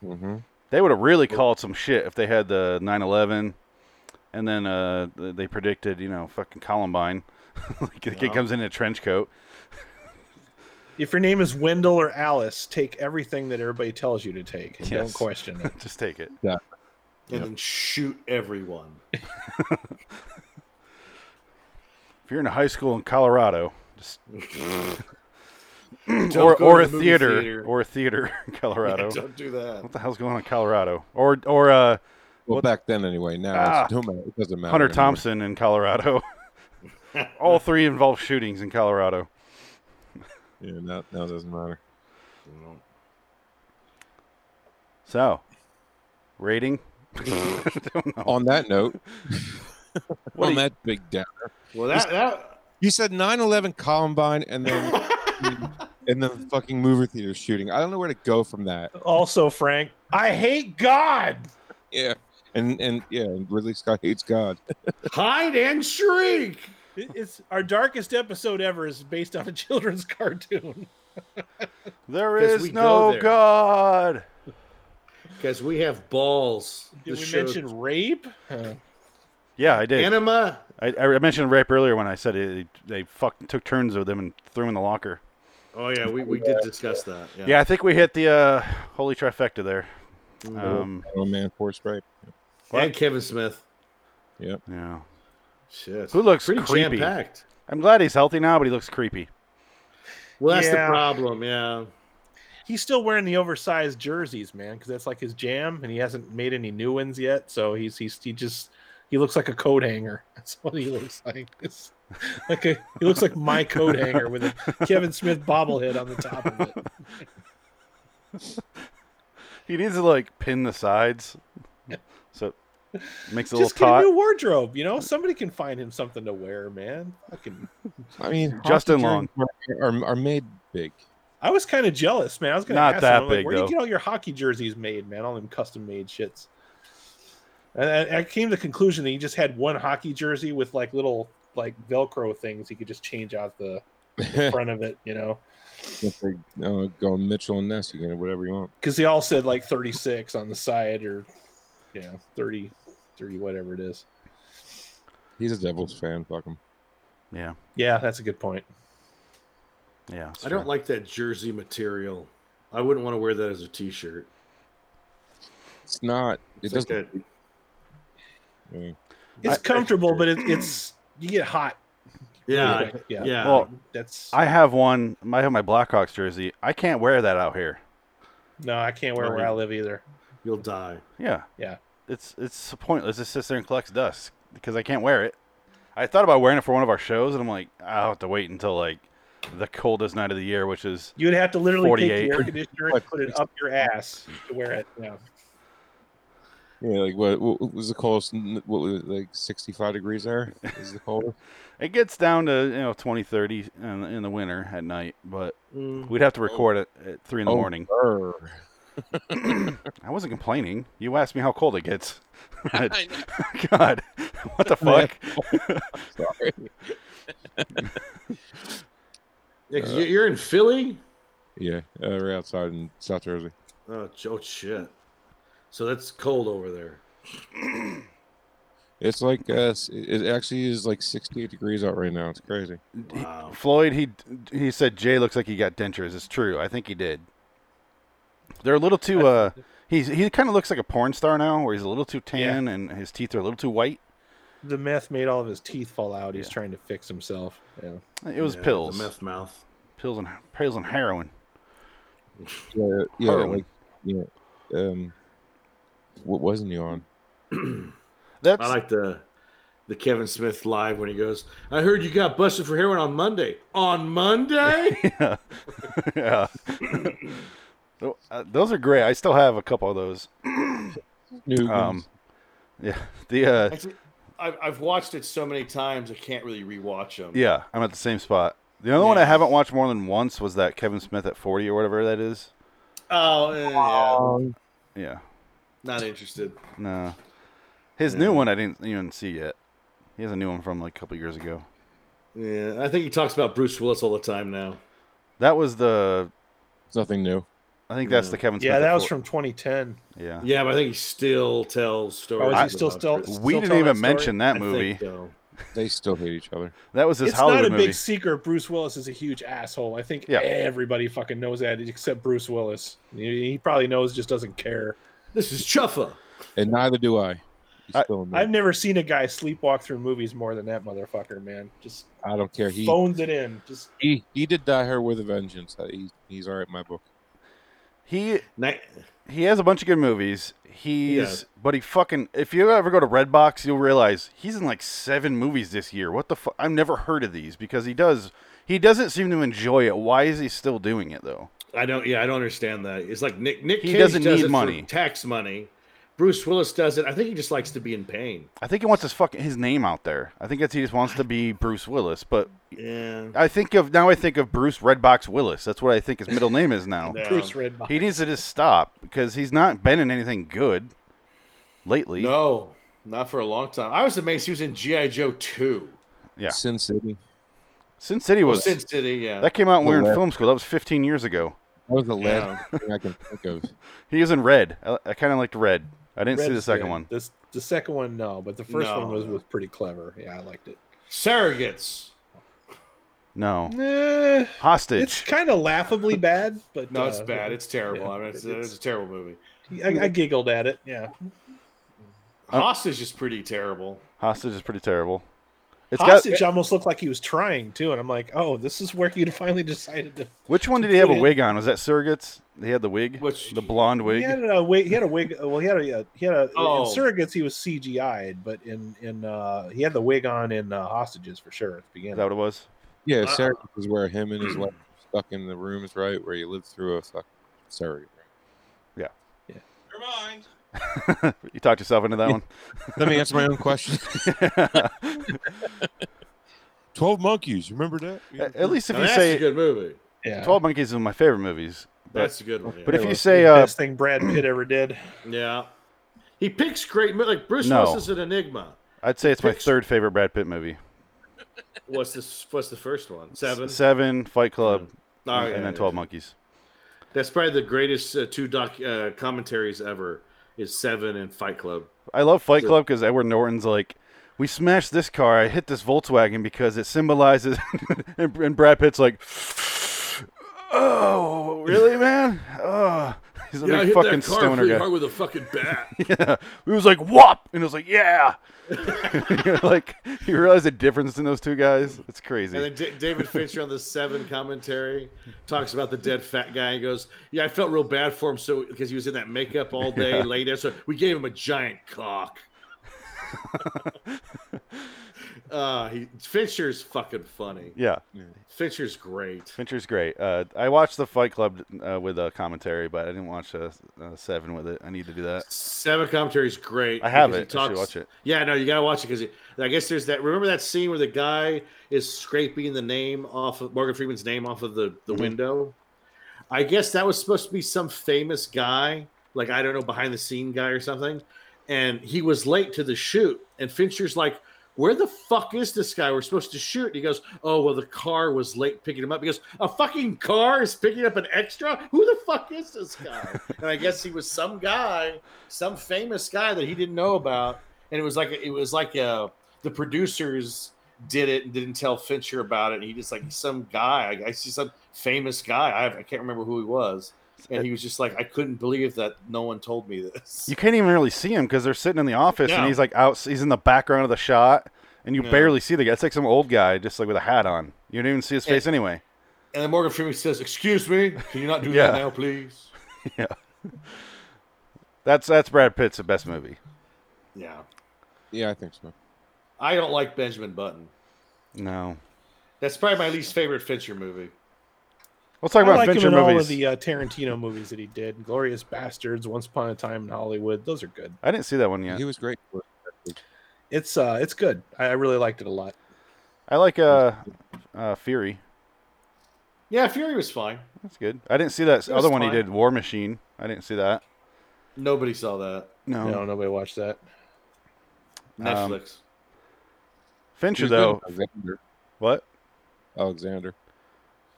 [SPEAKER 8] Mm-hmm.
[SPEAKER 5] They would have really called some shit if they had the 9/11, and then uh, th- they predicted, you know, fucking Columbine. like the kid comes in a trench coat.
[SPEAKER 7] If your name is Wendell or Alice, take everything that everybody tells you to take. and Don't
[SPEAKER 5] Yes.
[SPEAKER 7] question it.
[SPEAKER 5] Just take it.
[SPEAKER 6] And then shoot everyone.
[SPEAKER 5] If you're in a high school in Colorado, just
[SPEAKER 6] Don't
[SPEAKER 5] or,
[SPEAKER 6] go
[SPEAKER 5] or
[SPEAKER 6] to
[SPEAKER 5] a
[SPEAKER 6] the movie
[SPEAKER 5] theater, or a theater in Colorado.
[SPEAKER 6] Don't do that.
[SPEAKER 5] what the hell's going on in Colorado? Or or uh,
[SPEAKER 8] Well, back then anyway. Now
[SPEAKER 5] Ah.
[SPEAKER 8] it's, no matter, it doesn't matter.
[SPEAKER 5] Hunter
[SPEAKER 8] anymore.
[SPEAKER 5] Thompson in Colorado. All three involve shootings in Colorado.
[SPEAKER 8] Yeah, now, now it doesn't matter.
[SPEAKER 5] So, rating.
[SPEAKER 8] On that note,
[SPEAKER 5] do
[SPEAKER 8] on
[SPEAKER 5] you-
[SPEAKER 8] that big downer,
[SPEAKER 6] Well, that that
[SPEAKER 8] you said 9/11 Columbine, and then and then fucking movie theater shooting. I don't know where to go from that.
[SPEAKER 7] Also, Frank, I hate God.
[SPEAKER 8] Yeah, and and yeah, and Ridley Scott hates God.
[SPEAKER 6] hide and shriek.
[SPEAKER 7] It- It's our darkest episode ever is based on a children's cartoon.
[SPEAKER 5] There
[SPEAKER 6] 'Cause
[SPEAKER 5] is
[SPEAKER 6] we go
[SPEAKER 5] no
[SPEAKER 6] there.
[SPEAKER 5] God.
[SPEAKER 6] Because we have balls.
[SPEAKER 7] Did
[SPEAKER 6] This
[SPEAKER 7] we
[SPEAKER 6] show-
[SPEAKER 7] mention rape? Huh.
[SPEAKER 5] Yeah, I did.
[SPEAKER 6] Anima?
[SPEAKER 5] I, I mentioned rape earlier when I said it, they fucking took turns with them and threw in the locker.
[SPEAKER 6] Oh yeah, we, we did discuss that. Yeah.
[SPEAKER 5] Yeah, I think we hit the uh, holy trifecta there. Um,
[SPEAKER 8] Oh man, poor sprite.
[SPEAKER 6] And Kevin Smith.
[SPEAKER 5] yeah.
[SPEAKER 6] Shit.
[SPEAKER 5] Who looks
[SPEAKER 6] pretty
[SPEAKER 5] creepy?
[SPEAKER 6] jam-packed?
[SPEAKER 5] I'm glad he's healthy now, but he looks creepy.
[SPEAKER 6] Well, that's
[SPEAKER 7] Yeah.
[SPEAKER 6] the problem. Yeah.
[SPEAKER 7] He's still wearing the oversized jerseys, man, because that's like his jam, and he hasn't made any new ones yet. So he's he's he just he looks like a coat hanger. That's what he looks like. It's like a, he looks like my coat hanger with a Kevin Smith bobblehead on the top of it.
[SPEAKER 5] He needs to like pin the sides, so it makes it a little
[SPEAKER 7] Just get a
[SPEAKER 5] taut.
[SPEAKER 7] new wardrobe, you know. Somebody can find him something to wear, man. Fucking,
[SPEAKER 8] I mean,
[SPEAKER 5] Justin
[SPEAKER 8] hockey
[SPEAKER 5] Long.
[SPEAKER 8] jerseys Are, are, are made big.
[SPEAKER 7] I was kind of jealous, man. I was gonna
[SPEAKER 5] Not
[SPEAKER 7] ask
[SPEAKER 5] that
[SPEAKER 7] him, I'm like,
[SPEAKER 5] big,
[SPEAKER 7] where do
[SPEAKER 5] though.
[SPEAKER 7] you get all your hockey jerseys made, man? All them custom made shits. And I, I came to the conclusion that he just had one hockey jersey with like little like Velcro things he could just change out the front of it, you know,
[SPEAKER 8] If they, uh, go Mitchell and Ness, you can have whatever you want.
[SPEAKER 7] because they all said like 36 on the side or you know 30, 30 whatever it is.
[SPEAKER 8] He's a Devils fan. Fuck him.
[SPEAKER 5] Yeah,
[SPEAKER 7] Yeah, that's a good point.
[SPEAKER 5] yeah. it's
[SPEAKER 6] I don't
[SPEAKER 5] true.
[SPEAKER 6] like that jersey material. I wouldn't want to wear that as a T-shirt.
[SPEAKER 8] It's not. It
[SPEAKER 6] It's like
[SPEAKER 8] doesn't.
[SPEAKER 6] that-
[SPEAKER 8] yeah.
[SPEAKER 7] It's comfortable, but it, it's you get hot.
[SPEAKER 6] yeah,
[SPEAKER 7] quick,
[SPEAKER 6] yeah,
[SPEAKER 7] yeah.
[SPEAKER 6] yeah.
[SPEAKER 5] Well,
[SPEAKER 7] That's
[SPEAKER 5] I have one. I have my Blackhawks jersey. I can't wear that out here.
[SPEAKER 7] no, I can't wear where I live either.
[SPEAKER 6] You'll die.
[SPEAKER 5] Yeah,
[SPEAKER 7] Yeah.
[SPEAKER 5] it's it's pointless. It sits there and collects dust because I can't wear it. I thought about wearing it for one of our shows, and I'm like, I'll have to wait until like the coldest night of the year, which is
[SPEAKER 7] You would have to literally
[SPEAKER 5] 48.
[SPEAKER 7] take the air conditioner and put it up your ass to wear it. Yeah.
[SPEAKER 8] Yeah, like what, what was the coldest? n- What was it, like sixty-five degrees there? Is the coldest?
[SPEAKER 5] It gets down to you know 20, 30 in, in the winter at night, but we'd have to record it at three
[SPEAKER 8] Oh,
[SPEAKER 5] in the morning.
[SPEAKER 8] brr.
[SPEAKER 5] I wasn't complaining. You asked me how cold it gets. God, what the fuck?
[SPEAKER 8] Sorry.
[SPEAKER 6] Yeah, 'cause you- you're in Philly.
[SPEAKER 8] Yeah, uh, we're outside in South Jersey.
[SPEAKER 6] Oh, j- oh shit. So that's cold over there.
[SPEAKER 8] It's like uh, s- it it actually is like sixty-eight degrees out right now. It's crazy.
[SPEAKER 6] Wow.
[SPEAKER 5] Floyd, he he said Jay looks like he got dentures. It's true. I think he did. They're a little too. uh He's he kind of looks like a porn star now, where he's a little too tan and his teeth are a little too white.
[SPEAKER 7] The meth made all of his teeth fall out. He's trying to fix himself. Yeah.
[SPEAKER 5] It was
[SPEAKER 6] Yeah,
[SPEAKER 5] pills,
[SPEAKER 6] The meth mouth.
[SPEAKER 5] pills and pills and heroin.
[SPEAKER 8] Yeah, yeah,
[SPEAKER 5] Heroin.
[SPEAKER 8] like yeah. Um, what wasn't he on?
[SPEAKER 5] That's
[SPEAKER 6] I like the the Kevin Smith live when he goes, I heard you got busted for heroin on Monday. On Monday?
[SPEAKER 5] yeah. Tho- uh, those are great. I still have a couple of those.
[SPEAKER 8] Newman.
[SPEAKER 5] Um, yeah, the uh,
[SPEAKER 6] Actually, I've, I've watched it so many times, I can't really rewatch them.
[SPEAKER 5] yeah, I'm at the same spot. The only one I haven't watched more than once was that Kevin Smith at 40 or whatever that is.
[SPEAKER 6] Oh, eh, yeah.
[SPEAKER 5] Yeah,
[SPEAKER 6] Not interested.
[SPEAKER 5] no, his new one I didn't even see yet. He has a new one from like a couple years ago.
[SPEAKER 6] Yeah, I think he talks about Bruce Willis all the time now.
[SPEAKER 5] That was the
[SPEAKER 8] it's nothing new.
[SPEAKER 5] I think that's the Kevin Smith.
[SPEAKER 7] Yeah,
[SPEAKER 5] at
[SPEAKER 7] that was
[SPEAKER 5] 40
[SPEAKER 7] from 2010.
[SPEAKER 5] Yeah.
[SPEAKER 6] Yeah, but I think he still tells stories.
[SPEAKER 7] Oh, is he
[SPEAKER 6] about
[SPEAKER 7] still still-
[SPEAKER 6] Bruce.
[SPEAKER 5] we
[SPEAKER 7] Still
[SPEAKER 5] didn't
[SPEAKER 7] telling
[SPEAKER 5] even
[SPEAKER 7] that story?
[SPEAKER 5] mention that movie.
[SPEAKER 6] I think so.
[SPEAKER 8] They still hate each other.
[SPEAKER 5] That was his
[SPEAKER 7] It's
[SPEAKER 5] Hollywood
[SPEAKER 7] not a
[SPEAKER 5] movie.
[SPEAKER 7] big secret. Bruce Willis is a huge asshole. I think
[SPEAKER 5] Yeah.
[SPEAKER 7] everybody fucking knows that except Bruce Willis. He he probably knows, just doesn't care.
[SPEAKER 6] This is Chuffa.
[SPEAKER 8] And neither do I. He's
[SPEAKER 5] I-
[SPEAKER 8] still in there.
[SPEAKER 7] I've never seen a guy sleepwalk through movies more than that motherfucker, man. Just
[SPEAKER 8] I don't care. He,
[SPEAKER 7] phones it in. Just
[SPEAKER 8] he he did die her with a vengeance. Uh, He, he's all right in my book.
[SPEAKER 5] he
[SPEAKER 6] Night.
[SPEAKER 5] he has a bunch of good movies. He's but he fucking if you ever go to Redbox, you'll realize he's in like seven movies this year. What the fuck? I've never heard of these because he does he doesn't seem to enjoy it. Why is he still doing it though?
[SPEAKER 6] I don't. Yeah, I don't understand that. It's like Nick. Nick
[SPEAKER 5] He
[SPEAKER 6] Cage
[SPEAKER 5] doesn't
[SPEAKER 6] does
[SPEAKER 5] need
[SPEAKER 6] it for
[SPEAKER 5] money.
[SPEAKER 6] tax money. Bruce Willis does it. I think he just likes to be in pain.
[SPEAKER 5] I think he wants his fucking his name out there. I think that's he just wants to be Bruce Willis. But
[SPEAKER 6] Yeah.
[SPEAKER 5] I think of now I think of Bruce Redbox Willis. That's what I think his middle name is now.
[SPEAKER 6] No.
[SPEAKER 7] Bruce Redbox.
[SPEAKER 5] He needs to just stop because he's not been in anything good lately.
[SPEAKER 6] No, not for a long time. I was amazed he was in GI Joe two.
[SPEAKER 5] Yeah.
[SPEAKER 8] Sin City.
[SPEAKER 5] Sin City was
[SPEAKER 6] Sin City. Yeah.
[SPEAKER 5] that came out when we were in
[SPEAKER 8] Well,
[SPEAKER 5] film school. That was 15 years ago.
[SPEAKER 8] That was the last thing I can think of.
[SPEAKER 5] He is in red. I, I kind of liked red. I didn't see the
[SPEAKER 7] Red's
[SPEAKER 5] second
[SPEAKER 7] good.
[SPEAKER 5] one.
[SPEAKER 7] This the second one, no, but the first
[SPEAKER 6] No,
[SPEAKER 7] one was,
[SPEAKER 6] no.
[SPEAKER 7] was pretty clever. Yeah, I liked it.
[SPEAKER 6] Surrogates.
[SPEAKER 5] No.
[SPEAKER 7] Nah,
[SPEAKER 5] Eh,
[SPEAKER 7] it's
[SPEAKER 5] Hostage.
[SPEAKER 7] kind of laughably bad, but
[SPEAKER 6] No, it's
[SPEAKER 7] uh,
[SPEAKER 6] bad. It's terrible. I mean, it's, it's,
[SPEAKER 7] it's-
[SPEAKER 6] a terrible movie.
[SPEAKER 7] I, I giggled at it. Yeah,
[SPEAKER 5] Uh,
[SPEAKER 6] Hostage is pretty terrible.
[SPEAKER 5] Hostage is pretty terrible. It's
[SPEAKER 7] hostage
[SPEAKER 6] uh,
[SPEAKER 5] got.
[SPEAKER 7] almost looked like he was trying too, and I'm like, oh, this is where you finally decided to.
[SPEAKER 5] Which one did he have a
[SPEAKER 7] Yeah.
[SPEAKER 5] wig on? Was that Surrogates? He had the wig.
[SPEAKER 6] Which-
[SPEAKER 5] the blonde wig.
[SPEAKER 7] He had a wig. He had a wig. Well, he had a uh, he had a
[SPEAKER 6] Oh.
[SPEAKER 7] in surrogates. He was CGI'd, but in in uh, he had the wig on in uh, hostages for sure at the
[SPEAKER 5] Is
[SPEAKER 7] beginning.
[SPEAKER 5] that what it was?
[SPEAKER 8] Yeah,
[SPEAKER 5] Uh-uh.
[SPEAKER 8] Surrogate is where him and his wife were stuck in the rooms, right? Where you lived through a fuck Surrogate.
[SPEAKER 5] You talked yourself into that one.
[SPEAKER 8] Let me answer my own question. Twelve Monkeys. Remember that?
[SPEAKER 5] At at least if
[SPEAKER 6] Now,
[SPEAKER 5] you
[SPEAKER 6] that's a
[SPEAKER 5] say
[SPEAKER 6] good movie.
[SPEAKER 7] yeah,
[SPEAKER 5] Twelve Monkeys is one of my favorite movies. But,
[SPEAKER 6] That's a good one. Yeah.
[SPEAKER 5] but if you
[SPEAKER 7] was
[SPEAKER 5] say
[SPEAKER 7] the
[SPEAKER 5] uh,
[SPEAKER 7] best thing Brad Pitt ever did.
[SPEAKER 6] yeah. He picks great mo- like Bruce
[SPEAKER 5] No.
[SPEAKER 6] Willis is an enigma.
[SPEAKER 5] I'd say it's my
[SPEAKER 6] Picks-
[SPEAKER 5] third favorite Brad Pitt movie.
[SPEAKER 6] What's this? What's the first one? Seven.
[SPEAKER 5] Seven, Fight Club,
[SPEAKER 6] Oh,
[SPEAKER 5] and,
[SPEAKER 6] yeah,
[SPEAKER 5] and then
[SPEAKER 6] yeah.
[SPEAKER 5] Twelve Monkeys.
[SPEAKER 6] That's probably the greatest uh, two doc uh, commentaries ever. Is Seven and Fight Club.
[SPEAKER 5] I love Fight
[SPEAKER 6] Sure.
[SPEAKER 5] Club because Edward Norton's like, we smashed this car. I hit this Volkswagen because it symbolizes. and, and Brad Pitt's like, oh, really, man? Oh. He's a big fucking stoner guy.
[SPEAKER 6] with a fucking bat.
[SPEAKER 5] Yeah. He was like, whop! And it was like, yeah! like, you realize the difference in those two guys? It's crazy.
[SPEAKER 6] and then D- David Fincher on the Seven commentary talks about the dead fat guy and goes, "Yeah, I felt real bad for him, so because he was in that makeup all day, laying there, so we gave him a giant cock." Uh, he Fincher's fucking funny.
[SPEAKER 5] Yeah,
[SPEAKER 6] Fincher's great.
[SPEAKER 5] Fincher's great. Uh, I watched the Fight Club uh, with a commentary, but I didn't watch a, uh Seven with it. I need to do that.
[SPEAKER 6] Seven commentary is great.
[SPEAKER 5] I have
[SPEAKER 6] because he
[SPEAKER 5] it. I should watch it.
[SPEAKER 6] Yeah, no, you gotta watch it because I guess there's that. Remember that scene where the guy is scraping the name off of Morgan Freeman's name off of the
[SPEAKER 5] Mm-hmm.
[SPEAKER 6] the window. I guess that was supposed to be some famous guy, like I don't know, behind the scene guy or something. And he was late to the shoot, and Fincher's like. Where the fuck is this guy? We're supposed to shoot. And he goes, Oh, well, the car was late picking him up. He goes, A fucking car is picking up an extra? Who the fuck is this guy? and I guess he was some guy some famous guy that he didn't know about, and it was like it was like uh, the producers did it and didn't tell Fincher about it. And he just like some guy, I, I see some famous guy. I, I can't remember who he was, and he was just like, I couldn't believe that no one told me this.
[SPEAKER 5] You can't even really see him because they're sitting in the office, and
[SPEAKER 6] No.
[SPEAKER 5] he's like out. He's in the background of the shot, and you
[SPEAKER 6] Yeah.
[SPEAKER 5] barely see the guy. It's like some old guy, just like with a hat on. You don't even see his face anyway.
[SPEAKER 6] And then Morgan Freeman says, "Excuse me, can you not do
[SPEAKER 5] Yeah.
[SPEAKER 6] that now, please?"
[SPEAKER 5] That's that's Brad Pitt's best movie.
[SPEAKER 6] Yeah,
[SPEAKER 8] Yeah, I think so.
[SPEAKER 6] I don't like Benjamin Button.
[SPEAKER 5] No,
[SPEAKER 6] That's probably my least favorite Fincher movie.
[SPEAKER 5] let's talk
[SPEAKER 7] I
[SPEAKER 5] about
[SPEAKER 7] like him
[SPEAKER 5] Fincher
[SPEAKER 7] in all
[SPEAKER 5] movies.
[SPEAKER 7] of the uh, Tarantino movies that he did. Glorious Bastards, Once Upon a Time in Hollywood. Those are good.
[SPEAKER 5] I didn't see that one yet.
[SPEAKER 8] He was great.
[SPEAKER 7] It's uh, it's good. I, I really liked it a lot.
[SPEAKER 5] I like uh, uh Fury.
[SPEAKER 6] Yeah, Fury was fine.
[SPEAKER 5] That's good. I didn't see that
[SPEAKER 6] It was
[SPEAKER 5] other one he
[SPEAKER 6] fine.
[SPEAKER 5] did, War Machine. I didn't see that.
[SPEAKER 6] Nobody saw that.
[SPEAKER 5] No,
[SPEAKER 7] No, nobody watched that.
[SPEAKER 5] Um,
[SPEAKER 6] Netflix.
[SPEAKER 5] Fincher
[SPEAKER 8] He was
[SPEAKER 5] though.
[SPEAKER 8] good in Alexander.
[SPEAKER 5] What
[SPEAKER 8] Alexander.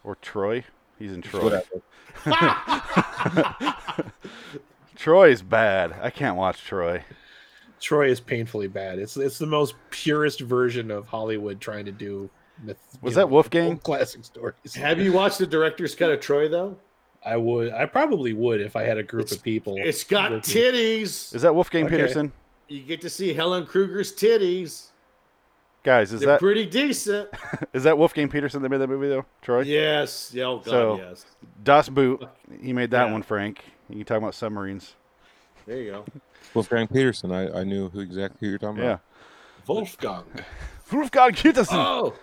[SPEAKER 5] or Troy? He's in Troy.
[SPEAKER 8] Whatever.
[SPEAKER 5] Troy's bad. I can't watch Troy.
[SPEAKER 7] Troy is painfully bad. It's it's the most purest version of Hollywood trying to do. Myth,
[SPEAKER 5] Was
[SPEAKER 7] you
[SPEAKER 5] that Wolfgang?
[SPEAKER 7] old classic stories?
[SPEAKER 6] Have you watched the director's cut of Troy though?
[SPEAKER 7] I would. I probably would if I had a group of people.
[SPEAKER 6] It's got
[SPEAKER 7] with me.
[SPEAKER 6] titties.
[SPEAKER 5] Is that Wolfgang
[SPEAKER 7] Okay.
[SPEAKER 5] Peterson?
[SPEAKER 6] You get to see Helen Kruger's titties.
[SPEAKER 5] Guys, is
[SPEAKER 6] They're
[SPEAKER 5] that
[SPEAKER 6] pretty decent.
[SPEAKER 5] is that Wolfgang Peterson that made that movie though? Troy.
[SPEAKER 6] yes. Yeah, oh God,
[SPEAKER 5] So-
[SPEAKER 6] yes.
[SPEAKER 5] Das Boot. He made that
[SPEAKER 6] Yeah.
[SPEAKER 5] one, Frank. You talk about submarines.
[SPEAKER 6] There you go.
[SPEAKER 8] Wolfgang Peterson. I, I knew who exactly who you're talking
[SPEAKER 5] Yeah.
[SPEAKER 8] about.
[SPEAKER 6] Wolfgang.
[SPEAKER 5] Wolfgang Peterson.
[SPEAKER 6] Oh.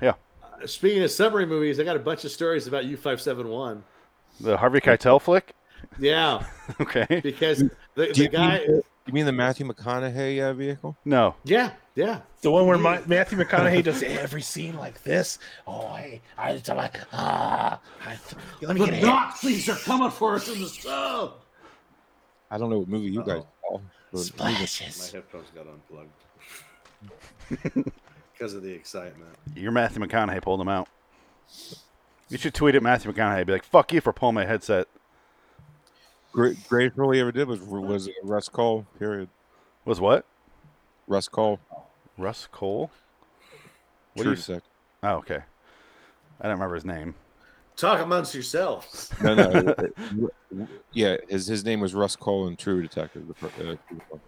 [SPEAKER 5] Yeah.
[SPEAKER 6] Uh, Speaking of submarine movies, I got a bunch of stories about U five seven one.
[SPEAKER 5] The Harvey Keitel flick.
[SPEAKER 6] Yeah,
[SPEAKER 5] Okay.
[SPEAKER 6] because the,
[SPEAKER 8] Do
[SPEAKER 6] the
[SPEAKER 8] you
[SPEAKER 6] guy.
[SPEAKER 8] mean- You mean the Matthew McConaughey uh, vehicle?
[SPEAKER 5] No.
[SPEAKER 6] Yeah, yeah.
[SPEAKER 7] The one where Ma- Matthew McConaughey does every scene like this. Oh, hey, I, it's like, ah, I, let me get a hit.
[SPEAKER 6] Nazis are coming for us in the sub.
[SPEAKER 8] I don't know what movie you guys saw. but-
[SPEAKER 6] My
[SPEAKER 9] Splashes.
[SPEAKER 6] headphones got unplugged because of the excitement.
[SPEAKER 5] Your Matthew McConaughey pulled him out. You should tweet at Matthew McConaughey. Be like, "Fuck you for pulling my headset."
[SPEAKER 8] Great, greatest role he ever did was was uh, Russ Cole. Period.
[SPEAKER 5] Was what?
[SPEAKER 8] Russ Cole.
[SPEAKER 5] Russ Cole. What do
[SPEAKER 8] True
[SPEAKER 5] you?
[SPEAKER 8] sec.
[SPEAKER 5] Oh, okay. I don't remember his name.
[SPEAKER 6] Talk amongst yourselves.
[SPEAKER 8] No, no. w- w- yeah, his his name was Russ Cole in True Detective. The fir- uh, True Detective.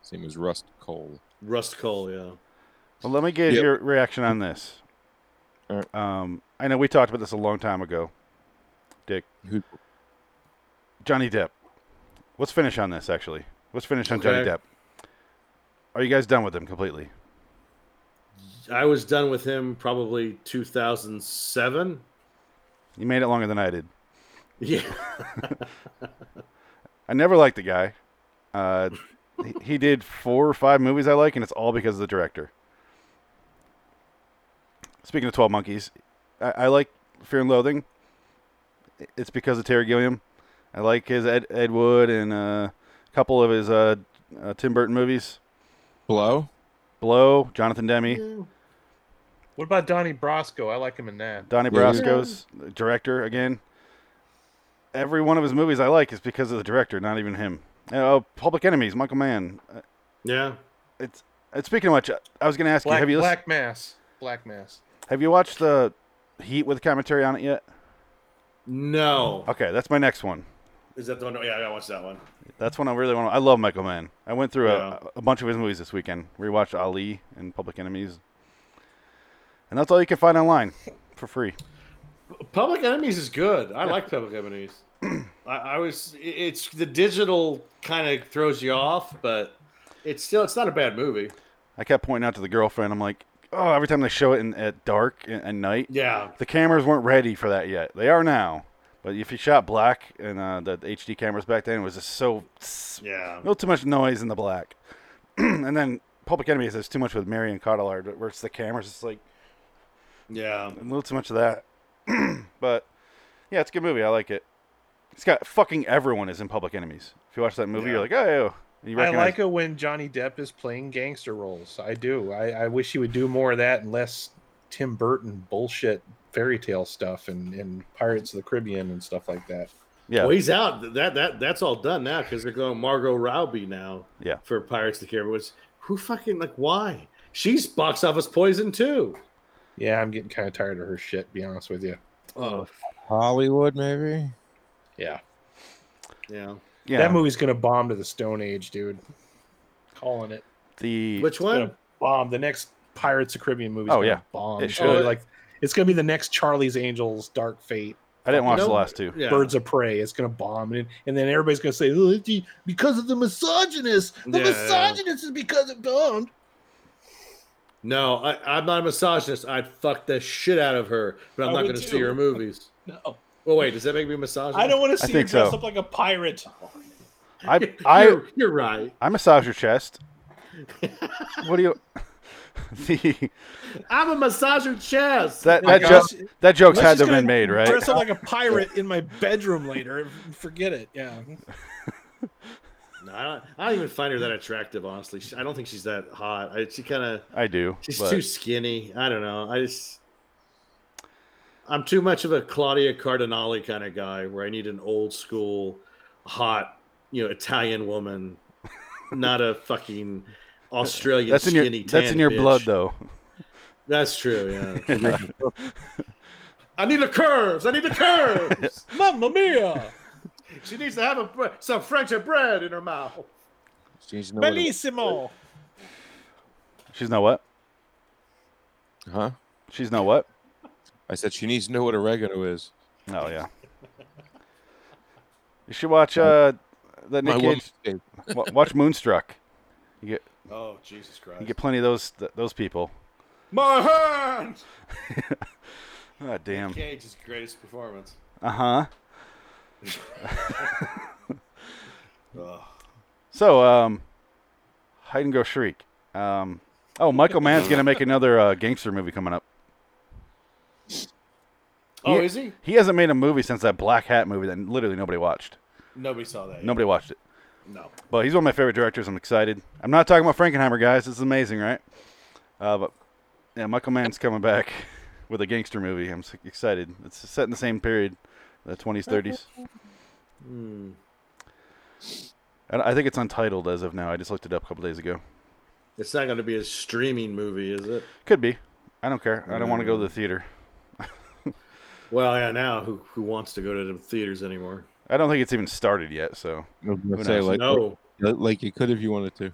[SPEAKER 8] his name was Russ Cole.
[SPEAKER 6] Rust Cole, yeah.
[SPEAKER 5] Well, let me get
[SPEAKER 8] Yep.
[SPEAKER 5] your reaction on this.
[SPEAKER 8] All right.
[SPEAKER 5] Um, I know we talked about this a long time ago. Dick,
[SPEAKER 8] Who?
[SPEAKER 5] Johnny Depp. Let's finish on this. Actually, let's finish on Johnny
[SPEAKER 6] Okay.
[SPEAKER 5] Depp. Are you guys done with him completely?
[SPEAKER 6] I was done with him probably 2007.
[SPEAKER 5] You made it longer than I did.
[SPEAKER 6] Yeah.
[SPEAKER 5] I never liked the guy. Uh, he, he did four or five movies I like, and it's all because of the director. Speaking of Twelve Monkeys, I, I like Fear and Loathing. It's because of Terry Gilliam. I like his Ed, Ed Wood and uh, a couple of his uh, uh, Tim Burton movies.
[SPEAKER 8] Blow.
[SPEAKER 5] Blow, Jonathan Demme,
[SPEAKER 7] What about Donnie Brasco? I like him in that.
[SPEAKER 5] Donnie
[SPEAKER 8] Yeah, yeah.
[SPEAKER 5] Brasco's director again. Every one of his movies I like is because of the director, not even him. Oh, Public Enemies, Michael Mann. Uh,
[SPEAKER 6] Yeah.
[SPEAKER 5] It's and speaking of which, I was going to ask you
[SPEAKER 7] Black,
[SPEAKER 5] have you lis-
[SPEAKER 7] Black Mass. Black Mass.
[SPEAKER 5] have you watched the Heat with commentary on it yet?
[SPEAKER 6] No.
[SPEAKER 5] Okay, that's my next one.
[SPEAKER 6] Is that the one? Yeah, I watched that one.
[SPEAKER 5] That's one I really want. to... I love Michael Mann. I went through
[SPEAKER 6] Yeah.
[SPEAKER 5] a, a bunch of his movies this weekend. Rewatched Ali and Public Enemies, and that's all you can find online for free.
[SPEAKER 6] Public Enemies is good. I like Public Enemies. I, I was. it- It's the digital kind of throws you off, but It's still it's not a bad movie.
[SPEAKER 5] I kept pointing out to the girlfriend, I'm like, oh, every time they show it in, at dark and at night,
[SPEAKER 6] Yeah.
[SPEAKER 5] the cameras weren't ready for that yet. They are now. But if you shot black and uh, the HD cameras back then, it was just so
[SPEAKER 6] Yeah.
[SPEAKER 5] no too much noise in the black. and then Public Enemy says too much with Marion Cotillard, where it's the cameras, it's like
[SPEAKER 6] Yeah.
[SPEAKER 5] a little too much of that. but yeah, it's a good movie. I like it. It's got fucking everyone is in Public Enemies. If you watch that movie,
[SPEAKER 6] Yeah.
[SPEAKER 5] you're like, oh, you
[SPEAKER 7] I
[SPEAKER 5] recognize
[SPEAKER 7] like it when Johnny Depp is playing gangster roles. I do. I, I wish he would do more of that and less Tim Burton bullshit fairy tale stuff and, and Pirates of the Caribbean and stuff like that.
[SPEAKER 5] yeah,
[SPEAKER 6] Well, he's out. That that that's all done now because they're going Margot Robbie now.
[SPEAKER 5] Yeah.
[SPEAKER 6] For Pirates of the Caribbean, which who fucking like why? She's box office poison too.
[SPEAKER 7] Yeah, I'm getting kind of tired of her shit, be honest with you.
[SPEAKER 6] Oh
[SPEAKER 8] Hollywood, maybe.
[SPEAKER 7] Yeah.
[SPEAKER 6] yeah.
[SPEAKER 5] yeah.
[SPEAKER 7] That movie's going to bomb to the Stone Age, dude. Calling it.
[SPEAKER 5] The
[SPEAKER 6] Which
[SPEAKER 7] It's
[SPEAKER 6] one?
[SPEAKER 7] gonna bomb. The next Pirates of the Caribbean movie.
[SPEAKER 5] Oh,
[SPEAKER 7] gonna
[SPEAKER 5] yeah.
[SPEAKER 7] bomb.
[SPEAKER 5] It
[SPEAKER 7] It's
[SPEAKER 5] should.
[SPEAKER 7] gonna be like it's gonna be the next Charlie's Angels, Dark Fate,
[SPEAKER 5] I didn't watch the
[SPEAKER 6] No,
[SPEAKER 5] last two.
[SPEAKER 6] yeah.
[SPEAKER 7] Birds of Prey. It's gonna bomb, and and then everybody's gonna say "Oh, it's the- because of the misogynist. The
[SPEAKER 6] Yeah.
[SPEAKER 7] misogynist is because it bombed.
[SPEAKER 6] No, I, I'm not a misogynist. I'd fuck the shit out of her, but I'm
[SPEAKER 7] I
[SPEAKER 6] not
[SPEAKER 7] would
[SPEAKER 6] going to
[SPEAKER 7] too.
[SPEAKER 6] see her movies.
[SPEAKER 7] No,
[SPEAKER 6] Well, wait, does that make me a misogynist?
[SPEAKER 7] I don't want
[SPEAKER 5] I
[SPEAKER 7] to see you
[SPEAKER 5] think
[SPEAKER 7] dressed
[SPEAKER 5] so.
[SPEAKER 7] up like a pirate.
[SPEAKER 5] I I
[SPEAKER 6] you're, you're right.
[SPEAKER 5] I massage your chest. what do you? the
[SPEAKER 6] I'm a massager chest.
[SPEAKER 5] that
[SPEAKER 7] Oh my
[SPEAKER 5] that,
[SPEAKER 7] gosh.
[SPEAKER 5] jo- that joke's
[SPEAKER 7] Let's
[SPEAKER 5] had
[SPEAKER 7] just
[SPEAKER 5] to have
[SPEAKER 7] gonna
[SPEAKER 5] been made, right?
[SPEAKER 7] Dress up like a pirate in my bedroom later. Forget it. Yeah,
[SPEAKER 6] no, I, don't, I don't even find her that attractive, honestly. She, I don't think she's that hot. I, she kind of
[SPEAKER 5] I do.
[SPEAKER 6] she's
[SPEAKER 5] but-
[SPEAKER 6] too skinny. I don't know. I just I'm too much of a Claudia Cardinale kind of guy, where I need an old school, hot, you know, Italian woman, not a fucking Australian
[SPEAKER 5] that's in your
[SPEAKER 6] skinny.
[SPEAKER 5] that's
[SPEAKER 6] tan
[SPEAKER 5] in your
[SPEAKER 6] bitch.
[SPEAKER 5] blood though.
[SPEAKER 6] That's true. Yeah. I need the curves. I need the curves.
[SPEAKER 7] Mamma Mia,
[SPEAKER 6] she needs to have a, bre- some French bread in her mouth.
[SPEAKER 8] She needs to know what it-
[SPEAKER 7] bellissimo.
[SPEAKER 5] She's no what?
[SPEAKER 8] huh?
[SPEAKER 5] She's no what?
[SPEAKER 8] I said she needs to know what oregano is.
[SPEAKER 5] Oh yeah. You should watch uh the
[SPEAKER 8] My
[SPEAKER 5] Nick
[SPEAKER 8] woman-
[SPEAKER 5] Cage. wa- Watch Moonstruck. You get
[SPEAKER 6] Oh Jesus Christ!
[SPEAKER 5] you get plenty of those th- those people.
[SPEAKER 6] My hand.
[SPEAKER 5] Ah damn.
[SPEAKER 6] Cage's greatest performance.
[SPEAKER 5] Uh huh.
[SPEAKER 6] Ugh.
[SPEAKER 5] So um, hide and go shriek. Um, oh Michael Mann's gonna make another uh, gangster movie coming up.
[SPEAKER 6] Oh,
[SPEAKER 5] Yeah.
[SPEAKER 6] is he?
[SPEAKER 5] He hasn't made a movie since that Black Hat movie that literally nobody watched.
[SPEAKER 6] Nobody saw that.
[SPEAKER 5] Nobody watched it.
[SPEAKER 6] No.
[SPEAKER 5] But he's one of my favorite directors. I'm excited. I'm not talking about Frankenheimer, guys. This is amazing, right? Uh, but yeah, Michael Mann's coming back with a gangster movie. I'm s- excited. It's set in the same period, the 20s, 30s.
[SPEAKER 7] Hmm.
[SPEAKER 5] And I think it's untitled as of now. I just looked it up a couple days ago.
[SPEAKER 6] It's not going to be a streaming movie, is it?
[SPEAKER 5] Could be. I don't care. I don't want to go to the
[SPEAKER 7] Hmm.
[SPEAKER 5] theater.
[SPEAKER 6] Well, yeah. Now, who who wants to go to the theaters anymore?
[SPEAKER 5] I don't think it's even started yet. So
[SPEAKER 8] I was gonna
[SPEAKER 5] Who
[SPEAKER 8] say,
[SPEAKER 5] knows?
[SPEAKER 8] like,
[SPEAKER 6] No.
[SPEAKER 8] like, like you could if you wanted to.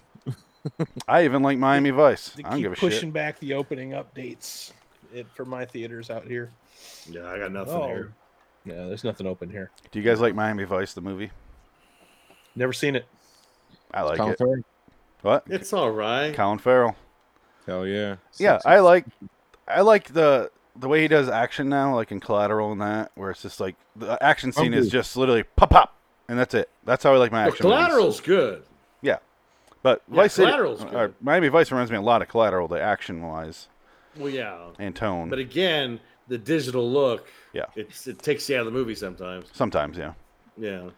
[SPEAKER 5] I even like Miami Vice.
[SPEAKER 7] They
[SPEAKER 5] I don't
[SPEAKER 7] keep
[SPEAKER 5] give a
[SPEAKER 7] pushing
[SPEAKER 5] shit.
[SPEAKER 7] back the opening updates it, for my theaters out here.
[SPEAKER 6] Yeah, I got nothing
[SPEAKER 7] Oh.
[SPEAKER 6] here.
[SPEAKER 7] Yeah, there's nothing open here.
[SPEAKER 5] Do you guys like Miami Vice, the movie?
[SPEAKER 7] Never seen it.
[SPEAKER 5] I like
[SPEAKER 8] Colin
[SPEAKER 5] it.
[SPEAKER 8] Farrell?
[SPEAKER 5] What?
[SPEAKER 6] It's all right.
[SPEAKER 5] Colin Farrell.
[SPEAKER 8] Hell yeah.
[SPEAKER 5] Yeah,
[SPEAKER 8] Sexy.
[SPEAKER 5] I like, I like the the way he does action now, like in Collateral and that, where it's just like the action scene is
[SPEAKER 8] Hungry.
[SPEAKER 5] just literally pop pop, and that's it. That's how I like my
[SPEAKER 6] Well,
[SPEAKER 5] action. movies.
[SPEAKER 6] collateral's good.
[SPEAKER 5] but
[SPEAKER 6] yeah,
[SPEAKER 5] Vice City,
[SPEAKER 6] Collateral's
[SPEAKER 5] or
[SPEAKER 6] good.
[SPEAKER 5] Miami Vice reminds me a lot of Collateral, the action wise
[SPEAKER 6] Well, yeah.
[SPEAKER 5] and tone.
[SPEAKER 6] But again, the digital look.
[SPEAKER 5] Yeah.
[SPEAKER 6] It's it takes you out of the movie sometimes.
[SPEAKER 5] Sometimes, yeah.
[SPEAKER 6] Yeah.
[SPEAKER 8] That's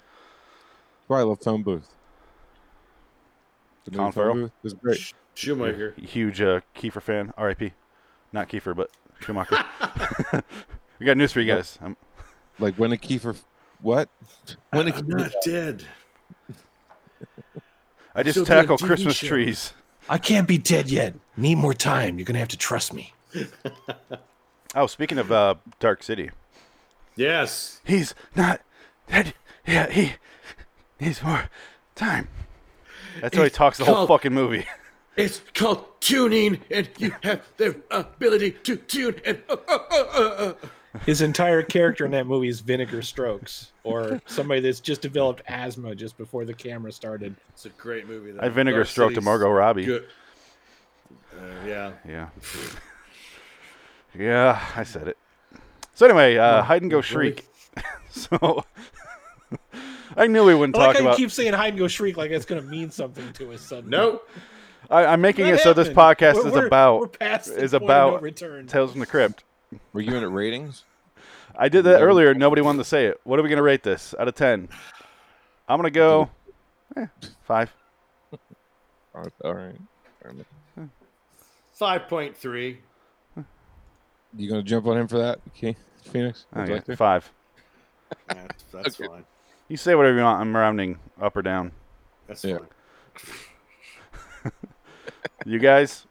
[SPEAKER 8] why I love Phone Booth. The
[SPEAKER 5] Colin
[SPEAKER 8] movie Phone
[SPEAKER 5] Farrell?
[SPEAKER 8] Booth was great.
[SPEAKER 6] Shoemaker.
[SPEAKER 5] Huge uh, Kiefer fan. R.I.P. Not Kiefer, but Schumacher. we got news for you guys. Um
[SPEAKER 8] Like when a Kiefer, what? When a
[SPEAKER 6] I'm not dead.
[SPEAKER 5] I just
[SPEAKER 6] So they're
[SPEAKER 5] tackle
[SPEAKER 6] TV
[SPEAKER 5] Christmas
[SPEAKER 6] shows.
[SPEAKER 5] trees.
[SPEAKER 7] I can't be dead yet. Need more time. You're gonna have to trust me.
[SPEAKER 5] Oh, speaking of uh, Dark City,
[SPEAKER 6] Yes.
[SPEAKER 5] he's not dead. Yeah, he needs more time. That's how he
[SPEAKER 6] It's
[SPEAKER 5] talks the whole
[SPEAKER 6] called-
[SPEAKER 5] fucking movie.
[SPEAKER 6] It's called tuning, and you have the ability to tune. And uh, uh, uh, uh, uh.
[SPEAKER 7] His entire character in that movie is vinegar strokes, or somebody that's just developed asthma just before the camera started.
[SPEAKER 6] It's a great movie. Though.
[SPEAKER 5] I vinegar
[SPEAKER 6] Dark
[SPEAKER 5] stroked to
[SPEAKER 6] City's
[SPEAKER 5] Margot Robbie.
[SPEAKER 6] Good. Uh, yeah.
[SPEAKER 5] Yeah. yeah, I said it. So anyway, uh, hide and go shriek. so I knew we wouldn't
[SPEAKER 7] I like
[SPEAKER 5] talk
[SPEAKER 7] how
[SPEAKER 5] about.
[SPEAKER 7] you keep saying hide and go shriek like that's going to mean something to us suddenly.
[SPEAKER 6] Nope.
[SPEAKER 5] I, I'm making
[SPEAKER 7] That
[SPEAKER 5] it so this
[SPEAKER 7] happened.
[SPEAKER 5] podcast
[SPEAKER 7] We're-
[SPEAKER 5] is
[SPEAKER 7] we're-
[SPEAKER 5] about
[SPEAKER 7] we're past the
[SPEAKER 5] is
[SPEAKER 7] point of no
[SPEAKER 5] about
[SPEAKER 7] return.
[SPEAKER 5] Tales from the Crypt.
[SPEAKER 8] Were you in at ratings?
[SPEAKER 5] I did that earlier. Nobody wanted to say it. What are we gonna rate this out of ten? I'm gonna go eh, five.
[SPEAKER 8] All right, All right. All right.
[SPEAKER 6] Five point three.
[SPEAKER 8] You gonna jump on him for that, okay. Phoenix?
[SPEAKER 5] Oh,
[SPEAKER 8] Would you
[SPEAKER 5] yeah,
[SPEAKER 8] like to?
[SPEAKER 5] Five.
[SPEAKER 6] Yeah, that's fine.
[SPEAKER 5] You say whatever you want. I'm rounding up or down.
[SPEAKER 6] That's
[SPEAKER 8] Yeah.
[SPEAKER 6] fine.
[SPEAKER 5] You guys,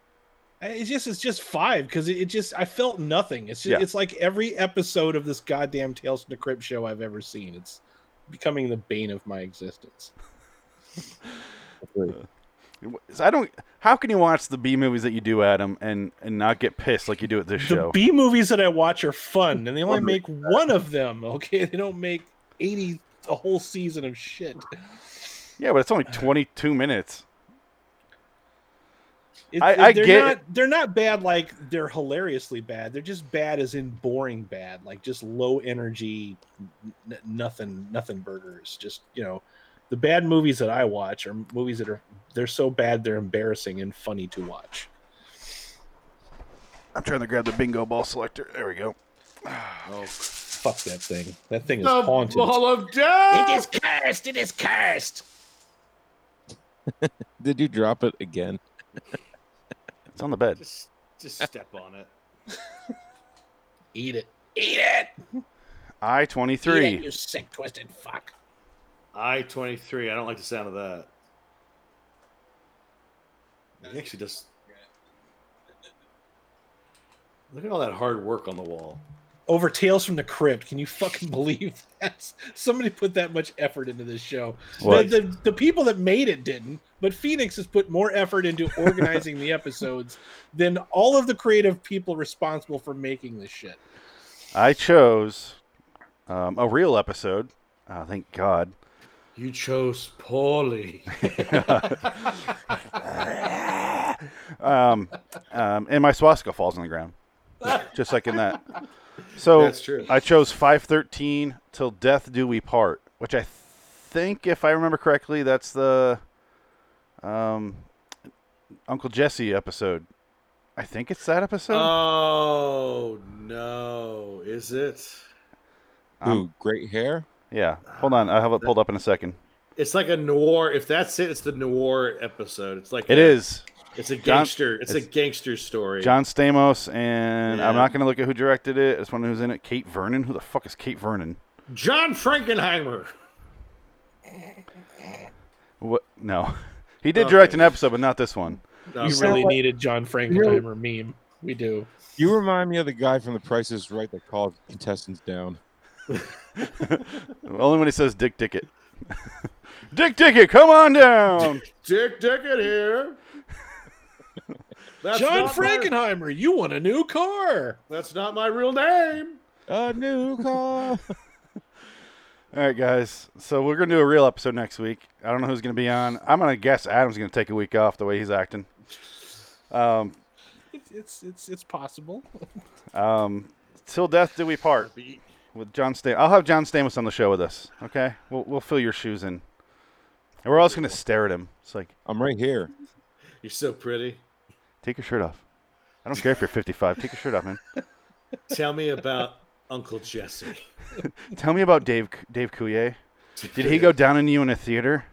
[SPEAKER 7] I- It's just it's just five because it, it just I felt nothing. It's just,
[SPEAKER 5] Yeah.
[SPEAKER 7] it's like every episode of this goddamn Tales from the Crypt show I've ever seen. It's becoming the bane of my existence.
[SPEAKER 5] I don't. How can you watch the B movies that you do, Adam, and and not get pissed like you do at this
[SPEAKER 7] The
[SPEAKER 5] show?
[SPEAKER 7] B movies that I watch are fun, and they only make one of them. Okay, they don't make eighty a whole season of shit.
[SPEAKER 5] yeah, but it's only 22 minutes.
[SPEAKER 7] It,
[SPEAKER 5] I-
[SPEAKER 7] it-
[SPEAKER 5] I
[SPEAKER 7] they're
[SPEAKER 5] get
[SPEAKER 7] not, they're not bad like they're hilariously bad. They're just bad as in boring bad, like just low energy, n- nothing nothing burgers. Just you know, the bad movies that I watch are movies that are they're so bad they're embarrassing and funny to watch.
[SPEAKER 5] I'm trying to grab the bingo ball selector. There we go.
[SPEAKER 7] Fuck that thing. That thing is
[SPEAKER 6] The
[SPEAKER 7] haunted.
[SPEAKER 6] ball of death.
[SPEAKER 7] It is cursed. It is cursed.
[SPEAKER 8] Did you drop it again?
[SPEAKER 5] It's on the bed.
[SPEAKER 6] Just, just step on it.
[SPEAKER 7] Eat it. Eat it.
[SPEAKER 5] I
[SPEAKER 7] Eat it,
[SPEAKER 5] 23.
[SPEAKER 7] you sick twisted fuck.
[SPEAKER 6] I twenty three. I don't like the sound of that. It actually does. Look at all that hard work on the wall.
[SPEAKER 7] over Tales from the Crypt. Can you fucking believe that? Somebody put that much effort into this show. The,
[SPEAKER 5] What?
[SPEAKER 7] the, the people that made it didn't, but Phoenix has put more effort into organizing the episodes than all of the creative people responsible for making this shit.
[SPEAKER 5] I chose um, a real episode. Oh, thank God.
[SPEAKER 6] You chose poorly.
[SPEAKER 5] Um, um, and my swastika falls on the ground, just like in that. So
[SPEAKER 6] That's true.
[SPEAKER 5] I chose 513 till death do we part, which I think, if I remember correctly, that's the um, Uncle Jesse episode. I think it's that episode.
[SPEAKER 6] Uh, oh no! Is it?
[SPEAKER 8] Ooh, great hair.
[SPEAKER 5] yeah, hold on, I have it pulled up in a second.
[SPEAKER 6] It's like a noir. If that's it, it's the noir episode. It's like
[SPEAKER 5] It
[SPEAKER 6] a-
[SPEAKER 5] is
[SPEAKER 6] It's a
[SPEAKER 5] John-
[SPEAKER 6] gangster. it's, a
[SPEAKER 5] it's-
[SPEAKER 6] gangster story.
[SPEAKER 5] John Stamos, and I'm
[SPEAKER 6] Yeah.
[SPEAKER 5] not gonna look at who directed it. It's one who's in it, Kate Vernon. Who the fuck is Kate Vernon?
[SPEAKER 6] John Frankenheimer.
[SPEAKER 5] What? No, he did direct an episode, but not this one.
[SPEAKER 6] No,
[SPEAKER 7] You really needed John Frankenheimer meme. We do.
[SPEAKER 8] You remind me of the guy from The Price is Right that called contestants down.
[SPEAKER 5] Only when he says Dick Dickett. Dick Dickett, come on down.
[SPEAKER 6] Dick Dickett here. That's
[SPEAKER 7] John
[SPEAKER 6] not my-
[SPEAKER 7] Frankenheimer, you want a new car.
[SPEAKER 6] that's not my real name.
[SPEAKER 8] A new car.
[SPEAKER 5] All right, guys. So we're gonna do a real episode next week. I don't know who's gonna be on. I'm gonna guess Adam's gonna take a week off the way he's acting. Um,
[SPEAKER 7] It's it's it's, it's possible.
[SPEAKER 5] um, till death do we part. With John Stamos, I'll have John Stamos on the show with us. Okay, we'll we'll fill your shoes in, and we're also gonna stare at him. It's like
[SPEAKER 8] I'm right here.
[SPEAKER 6] You're so pretty.
[SPEAKER 5] take your shirt off. I don't care if you're 55. Take your shirt off, man.
[SPEAKER 6] Tell me about Uncle Jesse.
[SPEAKER 5] Tell me about Dave Dave Coulier. Did he go down on you in a theater?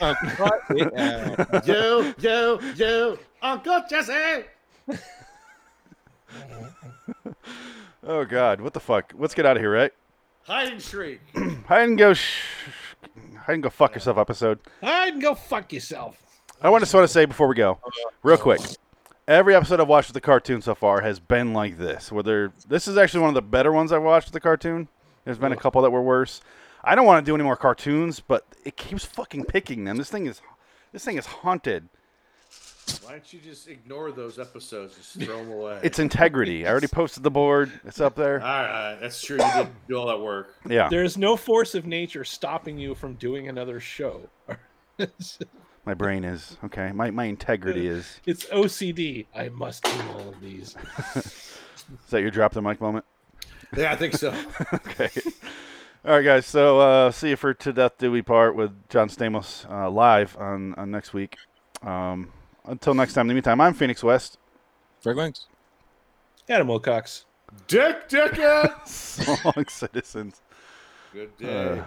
[SPEAKER 8] Yeah.
[SPEAKER 6] Yo, yo, yo, Uncle Jesse.
[SPEAKER 5] Oh God, what the fuck? Let's get out of here, right?
[SPEAKER 6] Hide and shriek.
[SPEAKER 5] Hide and go, sh- hide and go fuck yourself episode.
[SPEAKER 7] I can go fuck yourself.
[SPEAKER 5] I want to sort of say before we go, real quick. Every episode I've watched of the cartoon so far has been like this. Where they're this is actually one of the better ones I've watched of the cartoon. There's been a couple that were worse. I don't want to do any more cartoons, but it keeps fucking picking them. This thing is, this thing is haunted.
[SPEAKER 6] Why don't you just ignore those episodes? Just throw them away.
[SPEAKER 5] It's integrity. I already posted the board. It's up
[SPEAKER 6] all
[SPEAKER 5] there.
[SPEAKER 6] right, all right, that's true. You did do all that work.
[SPEAKER 5] Yeah.
[SPEAKER 7] There is no force of nature stopping you from doing another show.
[SPEAKER 5] My brain is okay. My my integrity is.
[SPEAKER 7] It's OCD. I must do all of these.
[SPEAKER 5] Is that your drop the mic moment?
[SPEAKER 6] Yeah, I think so.
[SPEAKER 5] Okay. All right, guys. So uh, see you for to death do we part with John Stamos uh, live on, on next week. Um, until next time. In the meantime, I'm Phoenix West.
[SPEAKER 8] Frank Lanks.
[SPEAKER 7] Adam Wilcox.
[SPEAKER 6] Dick Dicker.
[SPEAKER 5] Long citizens.
[SPEAKER 6] Good day.
[SPEAKER 5] Uh,